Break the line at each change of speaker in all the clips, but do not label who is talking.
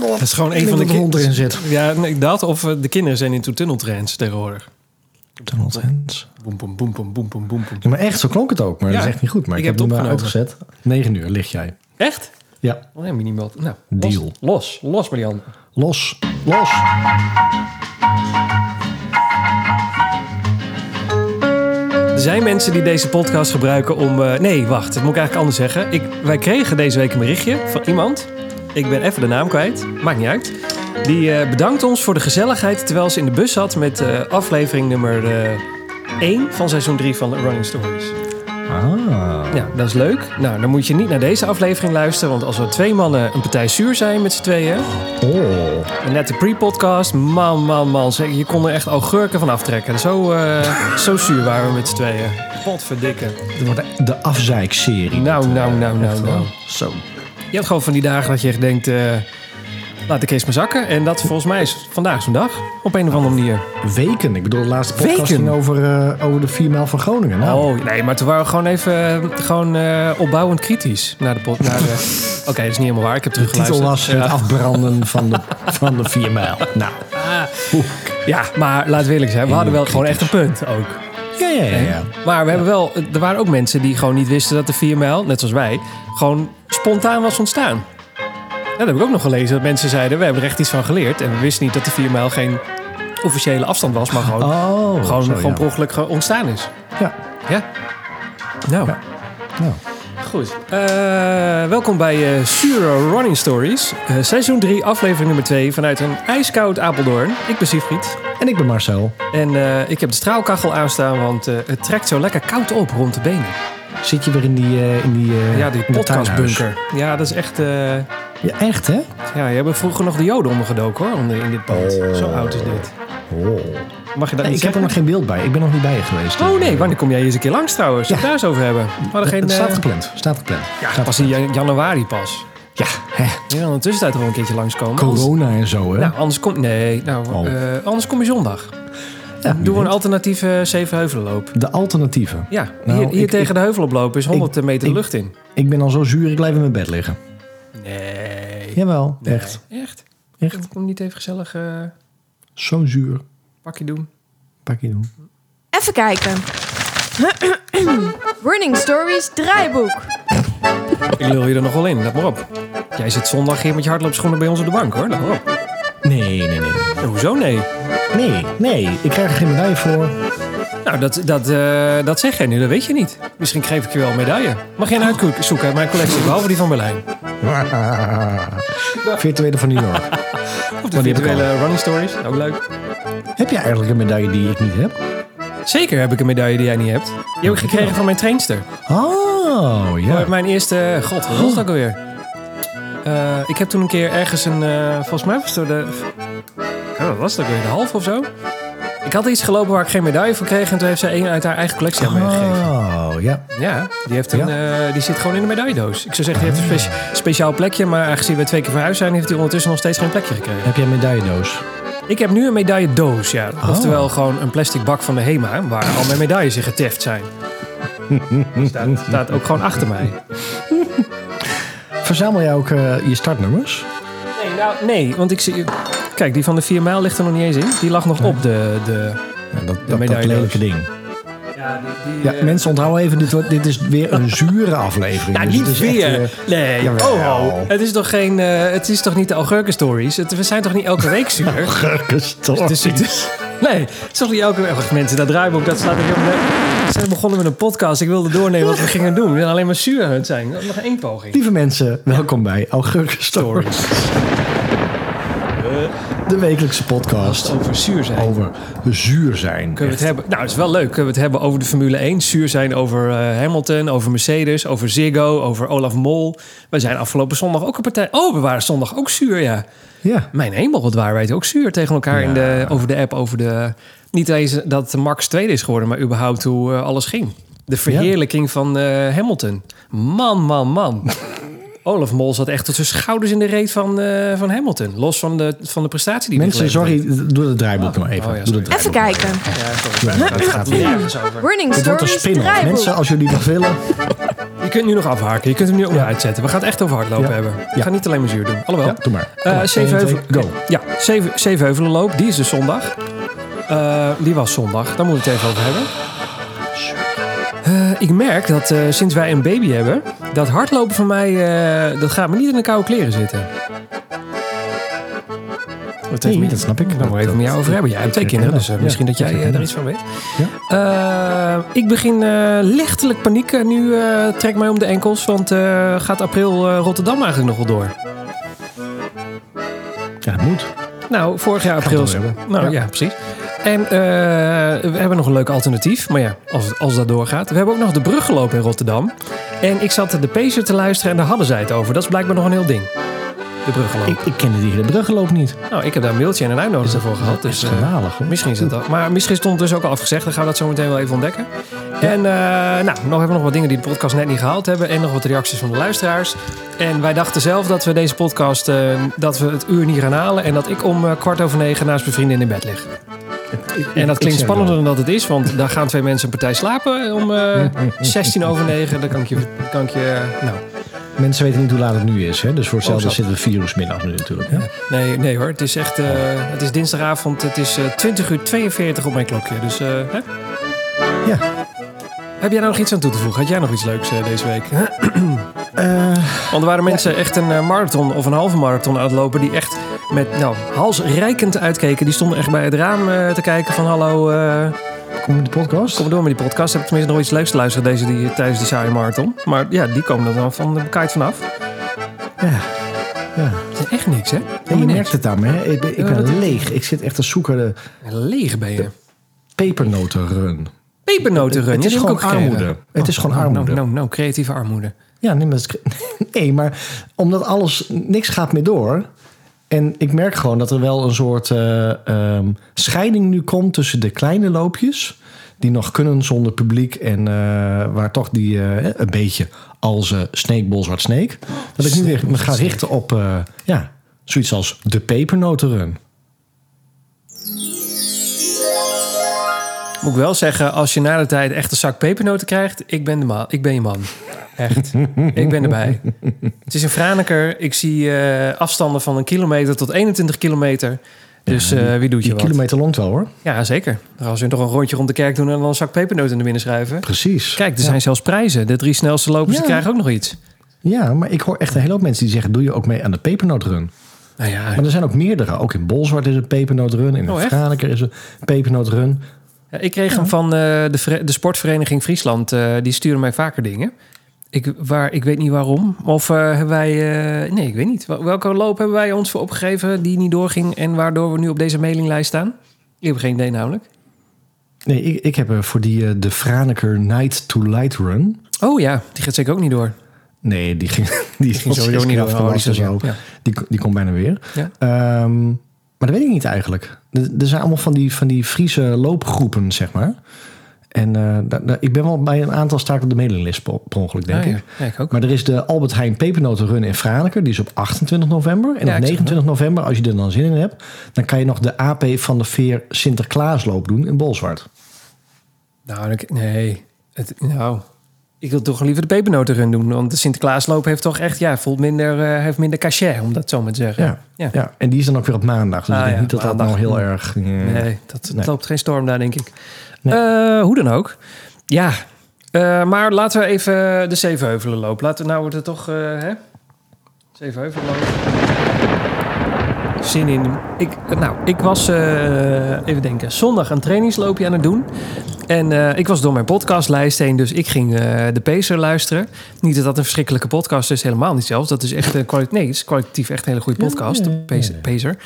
Dat is gewoon
Ik
een van
denk
de
dat de hond
kinderen.
erin zit.
Ja, nee, dat of eh, de kinderen zijn into tunneltrains tegenwoordig.
Donald Hens.
Boem, boem, boem, boem, boem, boem, boem. boem.
Ja, maar echt, zo klonk het ook. Maar
Ja,
dat is echt niet goed. Maar
ik
ik,
heb
heb
het
hem maar
opgenomen.
uitgezet. 9 uur ligt jij.
Echt?
Ja,
Oh, ja, minimaal. Nou,
Deal.
Los, los, los maar die handen.
los. Los.
Er zijn mensen die deze podcast gebruiken om... eh, nee, wacht, dat moet ik eigenlijk anders zeggen. Ik, wij kregen deze week een berichtje van iemand. Ik ben even de naam kwijt, maakt niet uit. Die eh, bedankt ons voor de gezelligheid terwijl ze in de bus zat... met eh, aflevering nummer 1 van seizoen 3 van Running Stories.
Ah.
Nou, dat is leuk. Nou, dan moet je niet naar deze aflevering luisteren... want als we twee mannen een partij zuur zijn met z'n tweeën...
Oh.
En net de pre-podcast, man, man, man. zeg, Je kon er echt augurken van aftrekken. Zo, eh, zo zuur waren we met z'n tweeën. Potverdikke.
Dit wordt de- de afzeikserie.
Nou, nou, nou, nou, nou.
Zo.
Je hebt gewoon van die dagen dat je echt denkt... eh, laat ik eens maar zakken. En dat volgens mij is vandaag zo'n dag. Op een of andere manier.
Weken. Ik bedoel, de laatste podcast
Weken?
ging over, eh, over de 4 mijl van Groningen. Nou,
Oh, nee, maar toen waren we gewoon even eh, gewoon, eh, opbouwend kritisch. Naar de pod- naar de- Oké, dat is niet helemaal waar. Ik heb
de titel
teruggeluisterd.
was het afbranden van de, van de 4 mijl. Nou. Oeh.
Ja, maar laten we eerlijk zijn. We hadden wel gewoon echt een punt ook.
Ja, ja, ja. ja.
Maar we hebben wel, er waren ook mensen die gewoon niet wisten dat de 4 mijl, net zoals wij, gewoon spontaan was ontstaan. Ja, dat heb ik ook nog gelezen. Dat mensen zeiden, we hebben er echt iets van geleerd. En we wisten niet dat de 4 mijl geen officiële afstand was, maar gewoon,
Oh.
gewoon,
zo,
gewoon
ja.
per ongeluk ge- ontstaan is.
Ja.
Ja. Nou,
Ja. Nou.
goed. Eh, welkom bij eh Sure Running Stories. Eh, seizoen 3, aflevering nummer 2 vanuit een ijskoud Apeldoorn. Ik ben Siegfried.
En ik ben Marcel.
En eh, ik heb de straalkachel aanstaan, want eh, het trekt zo lekker koud op rond de benen.
Zit je weer in die, eh, in die, eh,
Ja, die
in het tuinhuis?
podcastbunker. Ja, dat is echt... eh,
Ja, echt hè?
ja, je hebben vroeger nog de joden ondergedoken hoor, onder, in dit pand.
Oh.
Zo oud is dit. Mag je dat niet
Nee, ik heb dus er
zeggen?
nog geen beeld bij. Ik ben nog niet bij je geweest.
Oh nee, wanneer kom jij eens een keer langs trouwens? Zullen we het daar eens over hebben? We hadden geen...
het staat
eh,
gepland. Staat gepland.
ja,
Staat-
pas in jan- januari pas.
ja hè.
Je wil in de tussentijd wel een keertje langskomen. Anders,
corona en zo hè.
nou, anders kom... Nee, nou,
Oh.
eh, anders kom je zondag.
Ja,
Doen we een alternatieve eh, Zevenheuvelenloop.
De alternatieven.
Ja,
Nou,
hier, hier
ik-
tegen de heuvel oplopen is 100 meter de
ik-
lucht in.
Ik ben al zo zuur, ik blijf in mijn bed liggen.
Nee.
Jawel, echt.
Echt?
Echt.
Kom niet even gezellig eh,
Zo zuur.
pakje doen.
Pak je doen.
Even kijken. Running Stories draaiboek.
Ik lul je er nog wel in, let maar op. Jij zit zondag hier met je hardloopschoenen bij ons op de bank hoor, let maar op.
Nee, nee, nee.
En hoezo nee?
Nee, nee. Ik krijg er geen medaille voor.
Nou, dat, dat, eh, dat zeg jij nu, dat weet je niet. Misschien geef ik je wel een medaille. Mag jij een uitzoeken uit mijn collectie, behalve die van Berlijn.
Virtuele van New York.
Of de
die heb ik
virtuele running stories, ook leuk.
Heb jij eigenlijk een medaille die ik niet heb?
Zeker heb ik een medaille die jij niet hebt. Die heb ik gekregen van mijn trainster.
Oh, ja.
Voor Mijn eerste, god, wat was dat alweer? Eh, ik heb toen een keer ergens een, eh, volgens mij was het de, oh, wat was dat weer, de half of zo? Ik had iets gelopen waar ik geen medaille voor kreeg en toen heeft zij een uit haar eigen collectie aan mij gegeven.
Oh, ja.
Ja, die, heeft een, eh, die zit gewoon in de medailledoos. Ik zou zeggen, die heeft een spe- speciaal plekje. Maar aangezien we twee keer verhuisd zijn, heeft hij ondertussen nog steeds geen plekje gekregen.
Heb jij een medailledoos?
Ik heb nu een medailledoos, ja. Oftewel gewoon een plastic bak van de HEMA, waar al mijn medailles in geteft zijn. staat, staat ook gewoon achter mij.
Verzamel jij ook eh, je startnummers?
Nee, nou, nee, want ik zie... Kijk, die van de 4 mijl ligt er nog niet eens in. Die lag nog op de... de
Ja, dat, dat, dat
medailledoos.
lelijke ding.
ja, die, eh,
Ja, mensen onthouden even, dit, wordt- dit is weer een zure aflevering.
Nou,
Dus
niet
het is echt,
weer.
eh,
nee,
jawel.
oh, oh. Het is toch geen... eh, het is toch niet de augurkenstories? Het- We zijn toch niet elke week zuur?
Gurkenstof.
Dus het is- nee, het is toch niet elke week. Wacht, mensen, dat draaiboek, dat staat er helemaal net. We zijn begonnen met een podcast. Ik wilde doornemen wat we gingen doen. We zijn alleen maar zuur aan het zijn. Nog één poging.
Lieve mensen, welkom bij Augurkenstories. De wekelijkse podcast
Over zuur zijn.
over zuur zijn.
Kunnen we het hebben? Nou, het is wel leuk. Kunnen we het hebben over de Formule 1? Zuur zijn over eh, Hamilton, over Mercedes, over Ziggo, over Olaf Mol. We zijn afgelopen zondag ook een partij. Oh, we waren zondag ook zuur, ja.
Ja.
Mijn hemel, wat waren wij het ook zuur tegen elkaar in de, over de app. Over de, niet eens dat Max tweede is geworden, maar überhaupt hoe eh, alles ging. De verheerlijking van eh, Hamilton. Man, man, man. Olaf Mol zat echt tot zijn schouders in de reet van, eh, van Hamilton. Los van de, van de prestatie die hij
Mensen,
geleverd
sorry, doe het draaiboek nog even.
Oh ja,
doe het
sorry.
Even kijken.
heeft. Ja, sorry. Het gaat weer ergens over.
Running
Het wordt een
Stories
spin-off. Mensen,
draaiboek.
als jullie nog willen.
Je kunt nu nog afhaken. Je kunt hem nu ook nog uitzetten. We gaan het echt over hardlopen hebben. We
Ja.
gaan niet alleen maar zuur doen. Alhoewel.
Ja, doe maar. Kom
Eh,
maar.
Zevenheuvel-
Eén, twee, go.
Ja, Zeven- Zevenheuvelenloop. Die is dus zondag. Eh, die was zondag. Daar moeten we het even over hebben. Eh, ik merk dat eh, sinds wij een baby hebben... dat hardlopen van mij... eh, dat gaat me niet in de koude kleren zitten. Dat
Nee, dat snap ik.
Daar moet ik even met jou over hebben. Jij hebt twee
Ik
kinderen, dus eh,
herken
misschien
dat. Ja,
dat jij
ik
eh,
herken
daar iets van weet. Eh, ik begin eh, lichtelijk paniek. Nu eh, trek mij om de enkels, want eh, gaat april eh, Rotterdam eigenlijk nog wel door?
Ja, dat moet.
Nou, vorig jaar
Gaan we
april.
het over hebben.
Nou ja,
Ja.
precies. En eh, we hebben nog een leuk alternatief. Maar ja, als, als dat doorgaat. We hebben ook nog de brug gelopen in Rotterdam. En ik zat de Pacer te luisteren en daar hadden zij het over. Dat is blijkbaar nog een heel ding. De bruggeloop.
Ik, ik kende die hele bruggenloop niet.
nou, ik heb daar een mailtje en een uitnodiging voor gehad. Dus,
is
eh,
geweldig. hoor.
Misschien is dat al. Maar misschien stond het dus ook al afgezegd. Dan gaan we dat zo meteen wel even ontdekken. En eh, nou, nog hebben we nog wat dingen die de podcast net niet gehaald hebben. En nog wat reacties van de luisteraars. En wij dachten zelf dat we deze podcast, eh, dat we het uur niet gaan halen. En dat ik om eh, kwart over negen naast mijn vriendin in bed lig. En dat
ik
klinkt
zeg
spannender dan dat het is. Want daar gaan twee mensen een partij slapen om eh 16 over negen. Dan kan ik je, kan ik je nou,
Mensen weten niet hoe laat het nu is. Hè? Dus voor hetzelfde
snap.
zit het virusmiddag nu natuurlijk. Hè?
Nee, nee hoor. Het is echt. eh, het is dinsdagavond. Het is eh 20 uur 42 op mijn klokje. Dus. eh, hè?
Ja.
Heb jij nou nog iets aan toe te voegen? Had jij nog iets leuks eh, deze week?
Eh,
Want er waren mensen echt een eh, marathon of een halve marathon aan het lopen. die echt met nou, halsrijkend uitkeken. Die stonden echt bij het raam eh, te kijken: van hallo, eh,
kom in de podcast.
kom maar door met die podcast. Heb ik tenminste nog iets leuks te luisteren deze, die, tijdens die saaie marathon. Maar ja, die komen er dan van de kite vanaf.
Ja. ja.
Het is echt niks, hè?
En je
Helemaal
merkt het aan me. Hè? Ik ben, ik
Ja, dat is-
ben leeg. Ik zit echt te zoeken de
niks. Leeg ben je.
pepernotenrun.
Pepernotenrun.
Het
die heb
is
ik
gewoon
ook gekregen.
armoede. Het is gewoon
Nou, nou,
armoede.
Nou, nou, creatieve armoede.
Ja, nee, maar, dat is- nee, maar omdat alles, niks gaat meer door. En ik merk gewoon dat er wel een soort eh, ehm, scheiding nu komt tussen de kleine loopjes. Die nog kunnen zonder publiek. En eh, waar toch die eh, een beetje als eh Snake Bol Zwart Snake. Dat ik nu weer me ga richten op eh, ja, zoiets als de pepernotenrun.
Moet ik wel zeggen, als je na de tijd echt een zak pepernoten krijgt, ik ben, de man, ik ben je man. Echt. ik ben erbij. Het is een Franeker. Ik zie eh, afstanden van een kilometer tot 21 kilometer. Dus eh, wie doet je
Die
wat?
kilometer longt wel hoor.
Ja, zeker. Nou, Als we toch een rondje rond de kerk doen en dan een zak pepernoten naar binnen schuiven.
Precies.
Kijk, er zijn zelfs prijzen. De drie snelste lopers die
Ja.
krijgen ook nog iets.
Ja, maar ik hoor echt een hele hoop mensen die zeggen... doe je ook mee aan de pepernotenrun?
Nou ja,
Maar er zijn ook meerdere. Ook in Bolzwart is een pepernoodrun. In
Oh, echt?
Franeker is een pepernoodrun.
Ja, ik kreeg hem van eh, de, vre- de sportvereniging Friesland. eh, die sturen mij vaker dingen. Ik, waar, ik weet niet waarom. Of eh, hebben wij... eh, nee, ik weet niet. Wel- Welke loop hebben wij ons voor opgegeven die niet doorging... en waardoor we nu op deze mailinglijst staan? Ik heb geen idee namelijk.
Nee, ik, ik heb eh, voor die eh, de Franeker Night to Light Run.
Oh ja, die gaat zeker ook niet door.
Nee, die ging, die ging
sowieso niet door. Oh, die
afgelast.
is er,
zo.
ja.
Die, die komt bijna weer.
Ja.
Ehm, maar dat weet ik niet eigenlijk. Er er zijn allemaal van die, van die Friese loopgroepen, zeg maar. En eh, daar- daar- ik ben wel bij een aantal sta ik op de mailinglijst per per ongeluk, denk
Ah, ja.
ik.
Ja, ik ook.
Maar er is de Albert Heijn Pepernotenrun in Franeker. Die is op 28 november. En
Ja,
op
ik zag
29 november, als je er dan zin in hebt... dan kan je nog de AP van de Veer Sinterklaasloop doen in Bolzwart.
Nou, ik- nee. Het, nou, ik wil toch liever de pepernotenrun doen. Want de Sinterklaasloop heeft toch echt... Ja, voelt minder, eh, heeft minder cachet, om dat zo maar te zeggen.
Ja. Ja. En die is dan ook weer op maandag. Dus
Ah,
ik denk
ja,
niet dat dat nou
maandag.
heel erg... Nee.
Nee, dat dat
Nee.
loopt geen storm daar, denk ik.
Nee.
Eh, hoe dan ook. Ja, Eh, maar laten we even de Zevenheuvelen lopen. Laten we nou het er toch... eh hè? Zevenheuvelen lopen. Zin in. Ik, nou, ik was, eh, even denken, zondag een trainingsloopje aan het doen. En eh, ik was door mijn podcastlijst heen, dus ik ging eh, de Pacer luisteren. Niet dat dat een verschrikkelijke podcast is, helemaal niet zelfs. Dat is echt een kwalitatief, nee, het is kwalitatief echt een hele goede podcast,
Ja, ja,
de
ja,
Pacer.
ja.
Pacer.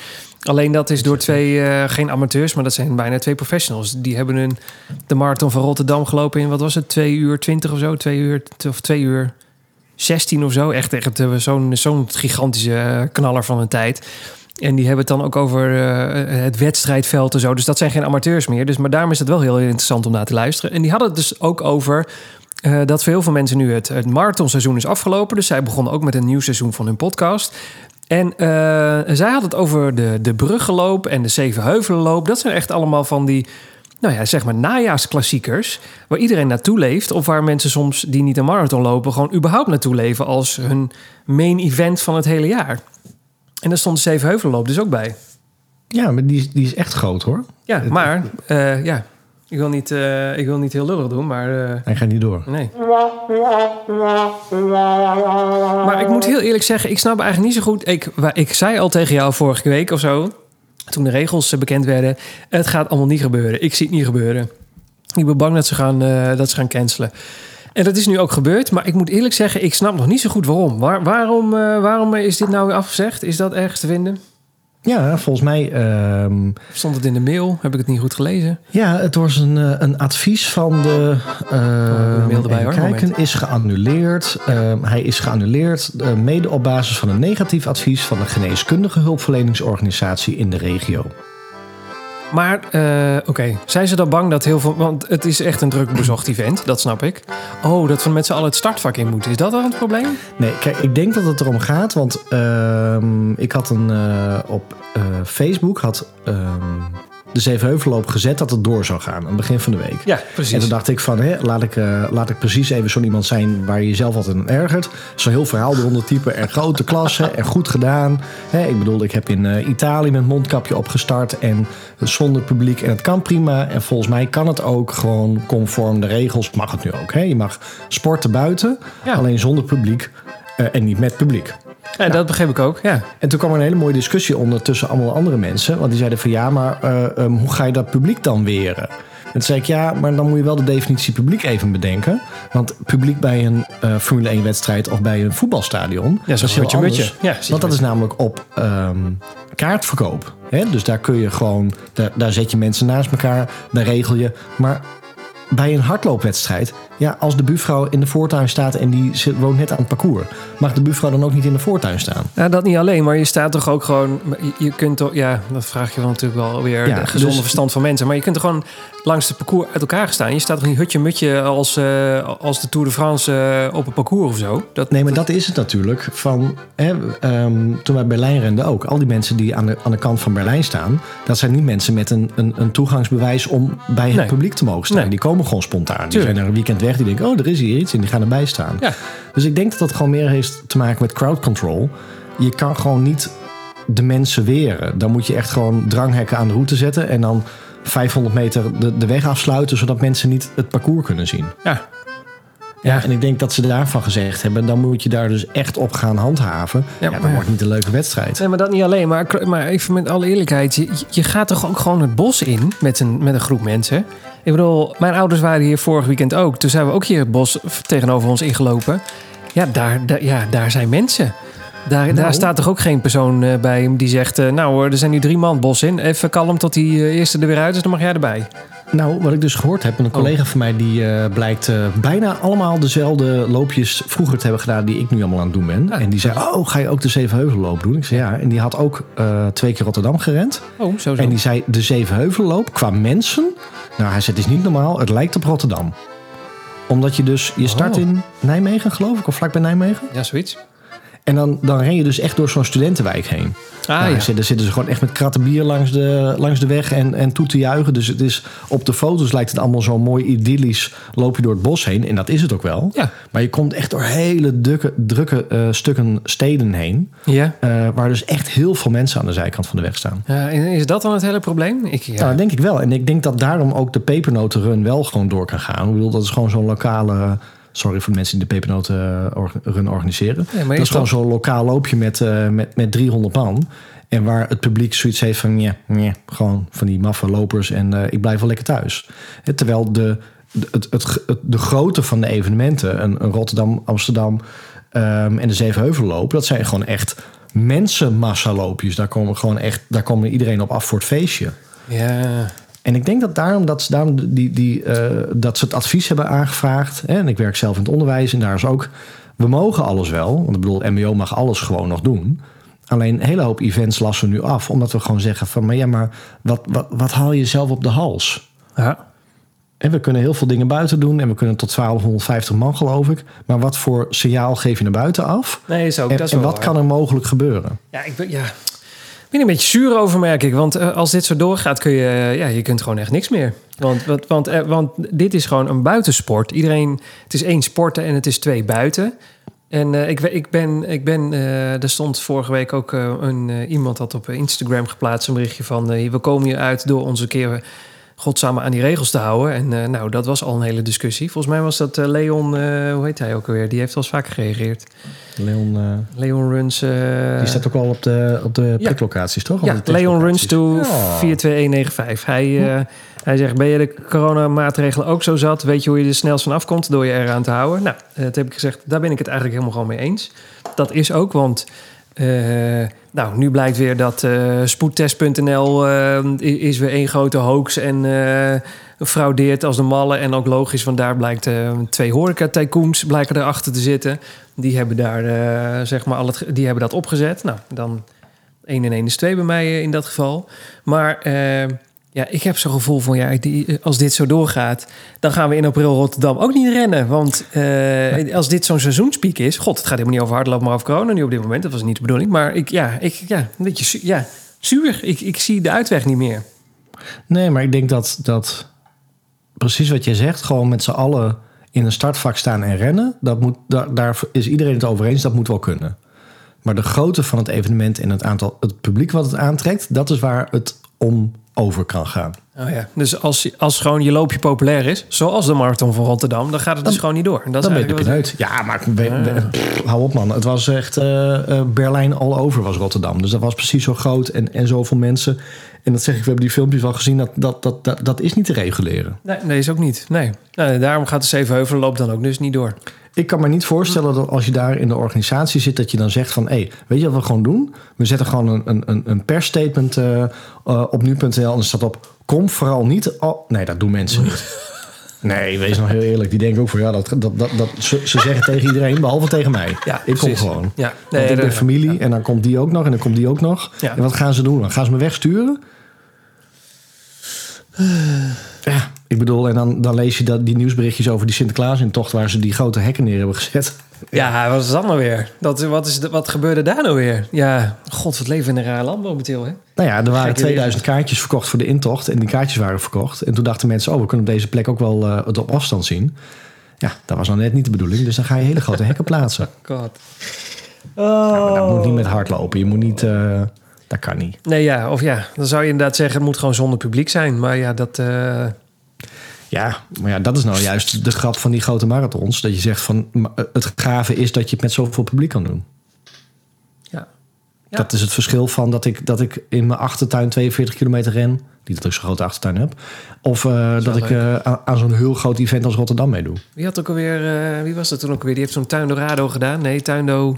Alleen dat is door twee, eh, geen amateurs, maar dat zijn bijna twee professionals. Die hebben hun, de marathon van Rotterdam gelopen in, wat was het, twee uur twintig of zo? Twee uur, t- of twee uur 16 of zo. Echt, echt eh, zo'n zo'n gigantische eh, knaller van een tijd. En die hebben het dan ook over eh, het wedstrijdveld en zo. Dus dat zijn geen amateurs meer. Dus, maar daarom is het wel heel interessant om naar te luisteren. En die hadden het dus ook over eh, dat voor heel veel mensen nu het, het marathonseizoen is afgelopen. Dus zij begonnen ook met een nieuw seizoen van hun podcast. En eh, zij had het over de, de Bruggenloop en de Zevenheuvelenloop. Dat zijn echt allemaal van die, nou ja, zeg maar najaarsklassiekers. Waar iedereen naartoe leeft. Of waar mensen soms die niet een marathon lopen, gewoon überhaupt naartoe leven. Als hun main event van het hele jaar. En daar stond de Zevenheuvelenloop dus ook bij.
Ja, maar die, is- die is echt groot hoor.
Ja,
Het-
maar eh, ja, ik wil, niet, eh, ik wil niet heel lullig doen, maar eh,
Hij gaat niet door.
nee. Maar ik moet heel eerlijk zeggen, ik snap eigenlijk niet zo goed. Ik, wa- ik zei al tegen jou vorige week of zo, toen de regels eh, bekend werden, het gaat allemaal niet gebeuren. Ik zie het niet gebeuren. Ik ben bang dat ze gaan, eh, dat ze gaan cancelen. En dat is nu ook gebeurd, maar ik moet eerlijk zeggen, ik snap nog niet zo goed waarom. Waar, waarom, eh, waarom is dit nou weer afgezegd? Is dat ergens te vinden?
Ja, volgens mij. ehm,
Stond het in de mail? Heb ik het niet goed gelezen?
ja, het was een, eh, een advies van de. ehm,
doe Oh, een mail erbij, hoor,
Kijken is geannuleerd. Ehm, hij is geannuleerd eh, mede op basis van een negatief advies van een geneeskundige hulpverleningsorganisatie in de regio.
Maar, eh, oké, zijn ze dan bang dat heel veel... Want het is echt een druk bezocht event, dat snap ik. Oh, dat we met z'n allen het startvak in moeten. Is dat dan het probleem?
Nee, kijk, ik denk dat het erom gaat, want ehm, ik had een, eh, op eh, Facebook had, ehm, de Zevenheuvelloop gezet dat het door zou gaan aan het begin van de week.
Ja, precies.
En toen dacht ik van, hè, laat, ik, eh, laat ik precies even zo'n iemand zijn waar je jezelf altijd aan ergert. Zo'n heel verhaal eronder typen en grote klasse en goed gedaan. Hè, ik bedoel, ik heb in eh, Italië met mondkapje opgestart en zonder publiek en het kan prima. En volgens mij kan het ook gewoon conform de regels, mag het nu ook. Hè? Je mag sporten buiten,
Ja.
alleen zonder publiek eh, en niet met publiek. Nou.
ja, dat begreep ik ook, ja.
En toen kwam er een hele mooie discussie onder tussen allemaal andere mensen. Want die zeiden van ja, maar eh, ehm, hoe ga je dat publiek dan weren? En toen zei ik ja, maar dan moet je wel de definitie publiek even bedenken. Want publiek bij een eh, Formule 1 wedstrijd of bij een voetbalstadion...
Ja, zo'n
is heel
hutje
anders.
mutje. Ja, precies.
Want dat is namelijk op ehm, kaartverkoop. Hè? Dus daar kun je gewoon, daar, daar zet je mensen naast elkaar, daar regel je. Maar bij een hardloopwedstrijd, ja, als de buurvrouw in de voortuin staat en die zit, woont net aan het parcours, mag de buurvrouw dan ook niet in de voortuin staan?
Nou, dat niet alleen, maar je staat toch ook gewoon... je- Je kunt toch... Ja, dat vraag je wel natuurlijk wel weer
Ja,
de gezonde
dus-
verstand van mensen. Maar je kunt er gewoon langs het parcours uit elkaar staan. Je staat toch niet hutje-mutje als, eh, als de Tour de France eh, op een parcours of zo? Dat,
Nee, maar dat is het natuurlijk. Van, hè, ehm, toen wij Berlijn renden ook. Al die mensen die aan de, aan de kant van Berlijn staan... dat zijn niet mensen met een, een, een toegangsbewijs om bij het
Nee.
publiek te mogen staan.
Nee.
Die komen gewoon spontaan. Die
Tuurlijk.
zijn er een weekend weg. Die denken, oh, er is hier iets. En die gaan erbij staan.
Ja.
Dus ik denk dat dat gewoon meer heeft te maken met crowd control. Je kan gewoon niet de mensen weren. Dan moet je echt gewoon dranghekken aan de route zetten... en dan 500 meter de, de weg afsluiten... zodat mensen niet het parcours kunnen zien.
Ja.
Ja, en ik denk dat ze daarvan gezegd hebben, dan moet je daar dus echt op gaan handhaven.
Ja,
Ja, Eh,
maar-
dan wordt niet een leuke wedstrijd.
Nee, maar dat niet alleen. Maar, maar even met alle eerlijkheid. Je, je gaat toch ook gewoon het bos in met een, met een groep mensen? Ik bedoel, mijn ouders waren hier vorig weekend ook. Toen zijn we ook hier het bos tegenover ons ingelopen. Ja, daar, daar- ja, daar zijn mensen. Daar,
Nou.
daar staat toch ook geen persoon eh, bij hem die zegt... eh, nou hoor, er zijn nu drie man het bos in. Even kalm tot die eh, eerste er weer uit is, dan mag jij erbij.
Nou, wat ik dus gehoord heb, een collega van mij die eh, blijkt eh, bijna allemaal dezelfde loopjes vroeger te hebben gedaan die ik nu allemaal aan het doen ben.
Ja.
En die zei, oh, ga je ook de Zevenheuvelloop doen? Ik zei, ja. En die had ook eh, twee keer Rotterdam gerend.
Oh, zo zo.
En die zei, de Zevenheuvelloop qua mensen, nou hij zei, het is niet normaal, het lijkt op Rotterdam. Omdat je dus, je start
Oh.
in Nijmegen geloof ik, of vlakbij Nijmegen.
Ja, zoiets.
Ah, En dan, dan ren je dus echt door zo'n studentenwijk heen.
Ah,
Nou,
ja.
daar zitten- daar zitten ze gewoon echt met kratten bier langs de, langs de weg en, en toe te juichen. Dus het is, op de foto's lijkt het allemaal zo mooi idyllisch. Loop je door het bos heen, en dat is het ook wel.
Ja.
Maar je komt echt door hele drukke, drukke eh, stukken steden heen.
Ja.
eh, waar dus echt heel veel mensen aan de zijkant van de weg staan.
Ja, en is dat dan het hele probleem? Ik, ja.
Nou, dat denk ik wel. En ik denk dat daarom ook de pepernotenrun wel gewoon door kan gaan. Ik bedoel, dat is gewoon zo'n lokale... Sorry voor de mensen die de pepernotenrun organiseren.
maar
dat
is
is gewoon
dat-
zo'n lokaal loopje met, eh, met, met 300 man. En waar het publiek zoiets heeft van... Ja, ja, gewoon van die maffe lopers en eh, ik blijf wel lekker thuis. Hè, terwijl de, de, het, het, het- de grootte van de evenementen... Een, een Rotterdam, Amsterdam ehm, en de Zevenheuvelloop... dat zijn gewoon echt mensenmassaloopjes. Daar komen, gewoon echt, daar komen iedereen op af voor het feestje.
ja.
En ik denk dat daarom dat ze, daarom die, die, eh, dat ze het advies hebben aangevraagd. Hè, en ik werk zelf in het onderwijs en daar is ook... We mogen alles wel, want ik bedoel, MBO mag alles gewoon nog doen. Alleen een hele hoop events lassen we nu af. Omdat we gewoon zeggen van, maar ja, maar wat, wat, wat haal je zelf op de hals?
Ja.
En we kunnen heel veel dingen buiten doen. En we kunnen tot 1250 man, geloof ik. Maar wat voor signaal geef je naar buiten af?
Nee, is ook,
En,
dat is
en
wel
wat
waar.
kan er mogelijk gebeuren?
Ja, ik ben, ja. ik ben er een beetje zuur over, merk ik. Want eh, als dit zo doorgaat, kun je, eh, ja, je kunt gewoon echt niks meer. Want, want, want, eh, want dit is gewoon een buitensport. Iedereen, het is één sporten en het is twee buiten. En eh, ik, we- ik ben, ik ben eh, er stond vorige week ook eh, een, eh, iemand had op Instagram geplaatst een berichtje van... eh, we komen hier uit door onze keer godsamme aan die regels te houden. En eh, nou, dat was al een hele discussie. Volgens mij was dat eh, Leon, eh, hoe heet hij ook alweer? Die heeft wel eens vaak gereageerd.
Leon, eh,
Leon runs... eh,
die staat ook al op de, op de
ja.
priklocaties, toch? Op
ja,
de
Leon runs
testlocaties.
to
Ja. Hm.
42195. Hij, eh, hij zegt, ben je de coronamaatregelen ook zo zat? Weet je hoe je er snelst van afkomt door je eraan te houden? Nou, eh, dat heb ik gezegd, daar ben ik het eigenlijk helemaal gewoon mee eens. Dat is ook, want eh, nou, nu blijkt weer dat eh, spoedtest.nl eh, i- is weer één grote hoax en eh, fraudeert als de malle. En ook logisch, want daar blijkt eh, twee horeca-tycoons blijken erachter te zitten. Die hebben, daar, eh, zeg maar, al het, ge- die hebben dat opgezet. Nou, dan 1 en 1 is 2 bij mij eh, in dat geval. Maar eh, ja, ik heb zo'n gevoel van ja, die, eh, als dit zo doorgaat, dan gaan we in april Rotterdam ook niet rennen. Want eh, als dit zo'n seizoenspiek is, god, het gaat helemaal niet over hardlopen, maar over corona nu op dit moment. Dat was niet de bedoeling. Maar ik, ja, ik, ja, een beetje zu- ja, zuur. Ik, ik zie de uitweg niet meer.
Nee, maar ik denk dat, dat precies wat je zegt, gewoon met z'n allen in een startvak staan en rennen, dat moet, daar, daar is iedereen het over eens, dat moet wel kunnen. Maar de grootte van het evenement en het aantal, het publiek wat het aantrekt, dat is waar het om over kan gaan.
Oh ja. Dus als, als gewoon je loopje populair is, zoals de marathon van Rotterdam, dan gaat het dus gewoon niet door. En dat is
Dan ben je de
eigenlijk wat-
pineut. Ja, maar ik ben- ben- pff, hou op man. Het was echt eh, eh, Berlijn all over was Rotterdam. Dus dat was precies zo groot en, en zoveel mensen. En dat zeg ik, we hebben die filmpjes al gezien. Dat, dat, dat, dat, dat is niet te reguleren.
Nee, nee, is ook niet. Nee. Nou, daarom gaat de Zevenheuvel loopt dan ook dus niet door.
Ik kan me niet voorstellen dat als je daar in de organisatie zit, dat je dan zegt van hé, weet je wat we gewoon doen? We zetten gewoon een, een- een, een persstatement eh, eh, op nu.nl en er staat op kom vooral niet. al- nee, dat doen mensen niet. Nee, wees nou heel eerlijk. Die denken ook van ja, dat, dat, dat, dat, ze, ze zeggen tegen iedereen, behalve tegen mij.
Ja,
ik kom
precies.
gewoon.
Ja,
Want ik ben
dat-
familie en dan komt die ook nog en dan komt die ook nog.
Ja.
En wat gaan ze doen? Dan gaan ze me wegsturen? Ja, ik bedoel, en dan, dan lees je dat, die nieuwsberichtjes over die Sinterklaasintocht... waar ze die grote hekken neer hebben gezet.
Ja, wat is dat nou weer? Dat, wat, is, wat gebeurde daar nou weer? Ja, god, wat leven in een raar land momenteel, hè?
Nou ja, er
Gekke
waren
weer.
2000 kaartjes verkocht voor de intocht. En die kaartjes waren verkocht. En toen dachten mensen, oh, we kunnen op deze plek ook wel eh, het op afstand zien. Ja, dat was nou net niet de bedoeling. Dus dan ga je hele grote hekken plaatsen.
God.
Nou, maar dat moet niet met hardlopen. Je moet niet... eh, dat kan niet.
Nee, ja, of ja, dan zou je inderdaad zeggen, het moet gewoon zonder publiek zijn. Maar ja, dat... eh,
Ja, maar ja, dat is nou juist de grap van die grote marathons. Dat je zegt van, ma- eh, het gave is dat je het met zoveel publiek kan doen.
ja. Ja.
Dat is het verschil van dat ik, dat ik in mijn achtertuin 42 kilometer ren. Niet dat ik zo'n grote achtertuin heb. Of eh, dat,
wel
ik eh, aan, aan zo'n heel groot event als Rotterdam meedoe.
Wie had ook alweer... eh, wie was dat toen ook alweer? Die heeft zo'n Tuindorado gedaan. Nee, Tuindo...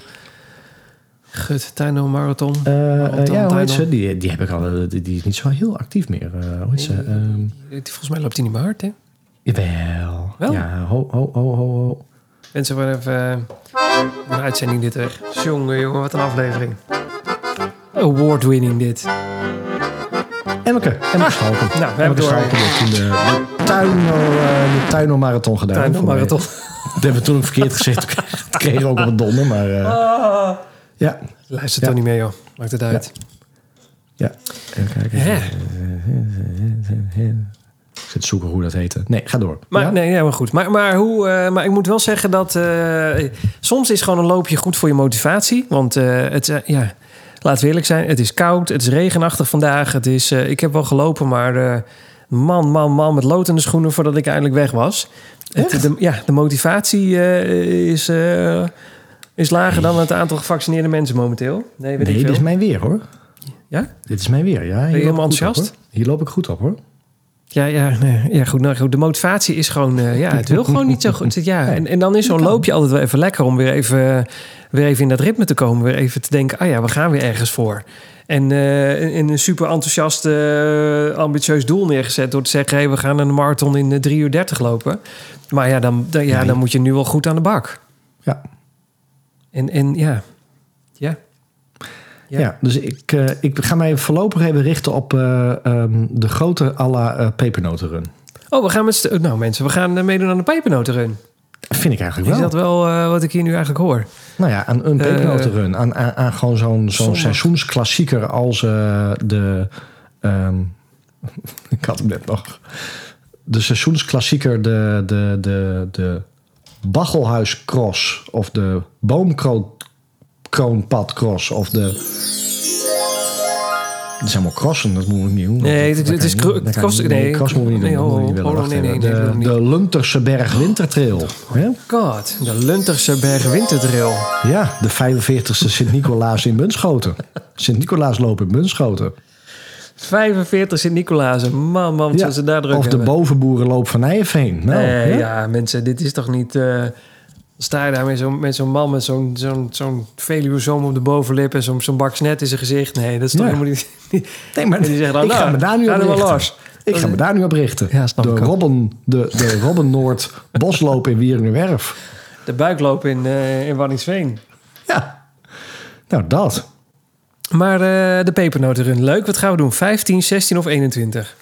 Gut, Tuindo Marathon.
Eh, eh,
Rotterdam,
ja, hoe heet
Tuindorp.
ze? Die, die heb ik al. eh, Die, die is niet zo heel actief meer. Eh, hoe heet ze? Ehm,
Die- Volgens mij loopt hij niet meer hard, hè?
jawel.
Wel?
Ja, ho, ho, ho, ho, ho.
Mensen worden even eh, een uitzending dit weg. Jongen, jongen, wat een aflevering. Award-winning dit.
Emmeke. Emmeke Schalken.
nou, we hebben
Emmeke
door.
Schalken heeft toen de, de, tuino, eh, de tuino-marathon gedaan.
Tuindo
voor mij.
Marathon.
Dat hebben we toen ook verkeerd gezegd. Het kreeg ook op het donder, maar... eh,
Ah.
Ja,
Luister
Ja.
toch niet meer, joh. Maakt het uit.
ja. Even kijken.
Hè?
Ik zit te zoeken hoe dat heette. Nee, ga door.
Maar,
Ja?
nee, ja, maar goed. Maar, maar, hoe, eh, maar ik moet wel zeggen dat eh, soms is gewoon een loopje goed voor je motivatie. Want eh, het, eh, ja, laten we eerlijk zijn, het is koud, het is regenachtig vandaag. Het is, eh, ik heb wel gelopen, maar eh, man, man, man, met lood in de schoenen voordat ik eindelijk weg was. Het- de, ja, de motivatie eh, is, eh, is lager dan het aantal gevaccineerde mensen momenteel. Nee, weet
Nee,
ik
dit is
veel.
mijn weer, hoor.
Ja?
Dit is mijn weer, ja. Hier
helemaal
loop ik goed op,
enthousiast?
hoor. Hier loop ik goed op, hoor.
Ja, ja, nee, ja goed, nou, goed. De motivatie is gewoon... eh, ja, het wil gewoon niet zo goed. Ja, en, en dan is zo'n loopje altijd wel even lekker... om weer even, eh, weer even in dat ritme te komen. Weer even te denken, ah ja, we gaan weer ergens voor. En eh, en- en een super enthousiast, eh, ambitieus doel neergezet... door te zeggen, hey, we gaan een marathon in eh, 3 uur 30 lopen. Maar ja dan, dan- ja,
Ja,
dan moet je nu wel goed aan de bak.
Ja.
En, en ja, ja. Ja.
Ja. dus ik, eh, ik ga mij voorlopig even richten op eh, ehm, de grote à la eh, pepernotenrun.
Oh, we gaan met... st- Nou mensen, we gaan eh, meedoen aan de pijpennotenrun.
Vind ik eigenlijk
Is
wel.
dat wel eh, wat ik hier nu eigenlijk hoor?
Nou ja, aan een
Eh,
pepernotenrun. aan, aan, aan gewoon zo'n zo'n
zondag.
seizoensklassieker als eh, de... ehm, ik had hem net nog. De seizoensklassieker, de, de, de, de Baggelhuiscross of de Boomkroonpadcross of de... Het zijn allemaal crossen, dat moet ik niet doen.
Nee, het-
Dat
het
kan
is
niet.
cro-
Dat kan
cross-
niet.
nee,
cross moet je niet doen.
nee,
dat moet je niet
oh,
willen.
oh,
Wacht
nee, nee,
even.
nee, dat
de,
moet niet.
de Lunterse Berg Wintertrail. hè?
God, de Lunterse Bergen Wintertrail.
Ja, de 45e Sint-Nicolaas in Bunschoten. Sint-Nicolaas lopen in Bunschoten.
45 Sint-Nicolaas. Man, man, wat
Ja,
zullen ze daar druk
of de
hebben.
bovenboerenloop van Nijenveen. Nou,
Nee,
hè?
ja, mensen, dit is toch niet... eh, sta je daar met zo'n met zo'n man met zo'n zo'n zo'n veluwezoom op de bovenlip... en zo'n zo'n bak snet in zijn gezicht? Nee, dat is toch
Ja.
helemaal niet...
Nee, maar
En die zeggen dan,
ik ga
nou,
me daar nu
ga
op
er wel
richten.
los.
Ik ga me daar nu op richten.
Ja, snap
de,
ik ook.
Robben, de, de Robben Noord bosloop in Wieringenwerf.
De buikloop in, eh in Waddinxveen.
Ja, nou dat.
Maar eh, de pepernotenrun, leuk. Wat gaan we doen? 15, 16 of 21?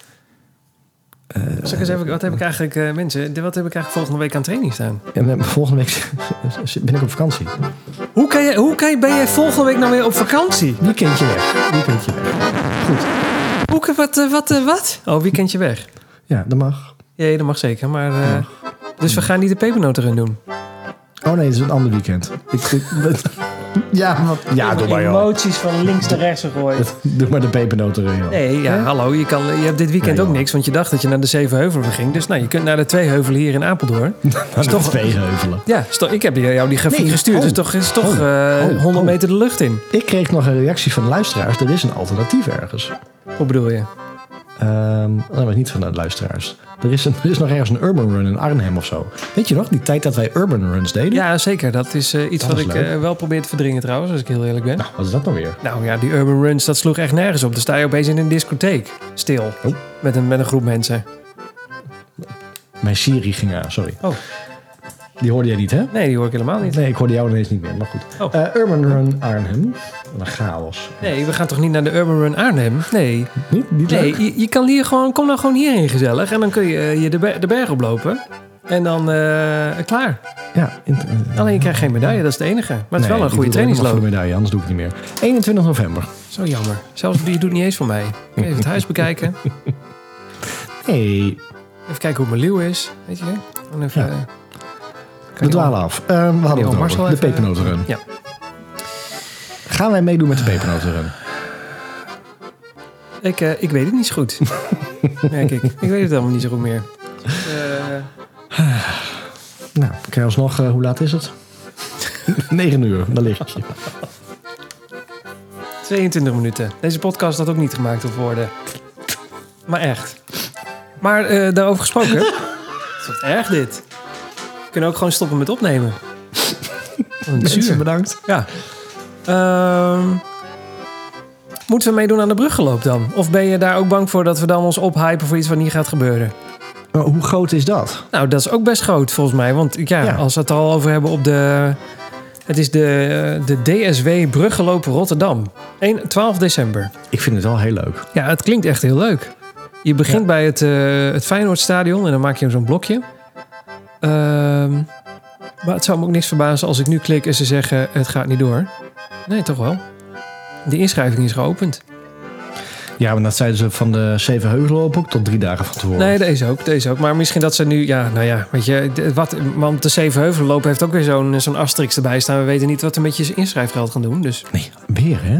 Zal ik eens even, wat heb ik eigenlijk, eh, mensen, de- wat heb ik eigenlijk volgende week aan training staan?
En eh, volgende week ben ik op vakantie.
Hoe, kan je, hoe kan je, ben jij volgende week nou weer op vakantie?
Weekendje weg. Weekendje weg.
Hoe, kan- wat, eh, wat, eh, wat? Oh, weekendje weg.
Ja, dat mag.
Ja, dat mag zeker. Maar, eh, dus we gaan niet de pepernotenrun doen.
Oh nee, het is een ander weekend. Ik, ik- ja, wat, ja, Ah, doe maar joh.
Emoties van links naar rechts gegooid.
Doe maar de pepernoten erin, joh.
Nee, ja, hallo. Je, kan, je hebt dit weekend
Nee,
ook
joh.
niks, want je dacht dat je naar de Zevenheuvelen ging. Dus nou, je kunt naar de twee heuvelen hier in Apeldoorn.
Dat is toch twee heuvelen.
Ja, is toch- ik heb jou die grafiek
Nee,
gestuurd.
oh,
dus toch, is toch
oh,
eh,
oh,
100
oh.
meter de lucht in.
Ik kreeg nog een reactie van de luisteraars. Er is een alternatief ergens.
Hoe bedoel je?
Ehm dat was niet van de luisteraars. Er is, een, er is nog ergens een urban run in Arnhem of zo. Weet je nog, die tijd dat wij urban runs deden?
Ja, zeker. Dat is eh, iets
Dat
wat
is
ik
leuk.
eh, wel probeer te verdringen trouwens, als ik heel eerlijk ben.
Wat is dat nou weer?
Nou ja, die urban runs, dat sloeg echt nergens op. Dan sta je opeens in een discotheek. Stil.
Oh.
Met, een, met een groep mensen.
Mijn Siri ging aan, sorry.
Oh.
Die hoorde jij niet, hè?
Nee, die hoor ik helemaal niet.
Nee, ik hoorde jou ineens niet meer, maar goed.
Oh.
Eh, urban run Arnhem. Wat een chaos.
Nee, we gaan toch niet naar de Urban Run Arnhem? Nee.
Niet, niet leuk?
Nee, je, je kan hier gewoon, kom dan gewoon hierin gezellig. En dan kun je eh, je de, ber- de berg oplopen. En dan eh, klaar.
Ja, in- eh,
Alleen je krijgt geen medaille, dat is het enige. Maar het is wel
nee,
een
ik doe
goede
het alleen maar voor
trainingsloop.
de medaille, anders doe ik het niet meer. 21 november.
Zo jammer. Zelfs die doet niet eens voor mij. Even het huis bekijken.
Hey,
Even kijken hoe mijn leeuw is. Weet je? En even,
Ja.
eh, kan
we
je
dwalen af. Eh, we hadden
oom
het
Marcel
over, de
even-
pepernotenrun.
Ja.
Gaan wij meedoen met de pepernotenrun?
al- Ik, eh, ik weet het niet zo goed. Merk ik. Ik weet het allemaal niet zo goed meer. Eh,
Nou, kan je alsnog, eh, hoe laat is het? 9 uur, daar lig ik.
22 minuten. Deze podcast had ook niet gemaakt op worden. Maar echt. Maar eh, daarover gesproken. Het is wat erg dit. We kunnen ook gewoon stoppen met opnemen. Wat een zuur.
bedankt.
Ja. Ehm, moeten we meedoen aan de bruggeloop dan? Of ben je daar ook bang voor dat we dan ons ophypen voor iets wat niet gaat gebeuren?
Maar hoe groot is dat?
Nou, dat is ook best groot volgens mij. Want ja,
Ja.
als we het er al over hebben op de... Het is de, eh, de DSW Bruggeloop Rotterdam. 1, 12 december.
Ik vind het wel heel leuk.
Ja, het klinkt echt heel leuk. Je begint bij het, eh het Feyenoordstadion en dan maak je zo'n blokje. Ehm, maar het zou me ook niks verbazen als ik nu klik en ze zeggen het gaat niet door. Nee, toch wel. De inschrijving is geopend.
Ja, maar dat zeiden ze van de Zeven Heuvelen op ook tot drie dagen van tevoren.
Nee, deze ook, deze ook. Maar misschien dat ze nu, ja, nou ja, weet je, d- wat, want de Zevenheuvelenloop heeft ook weer zo'n zo'n asterix erbij staan. We weten niet wat er met je inschrijfgeld gaan doen, dus
Nee, weer hè?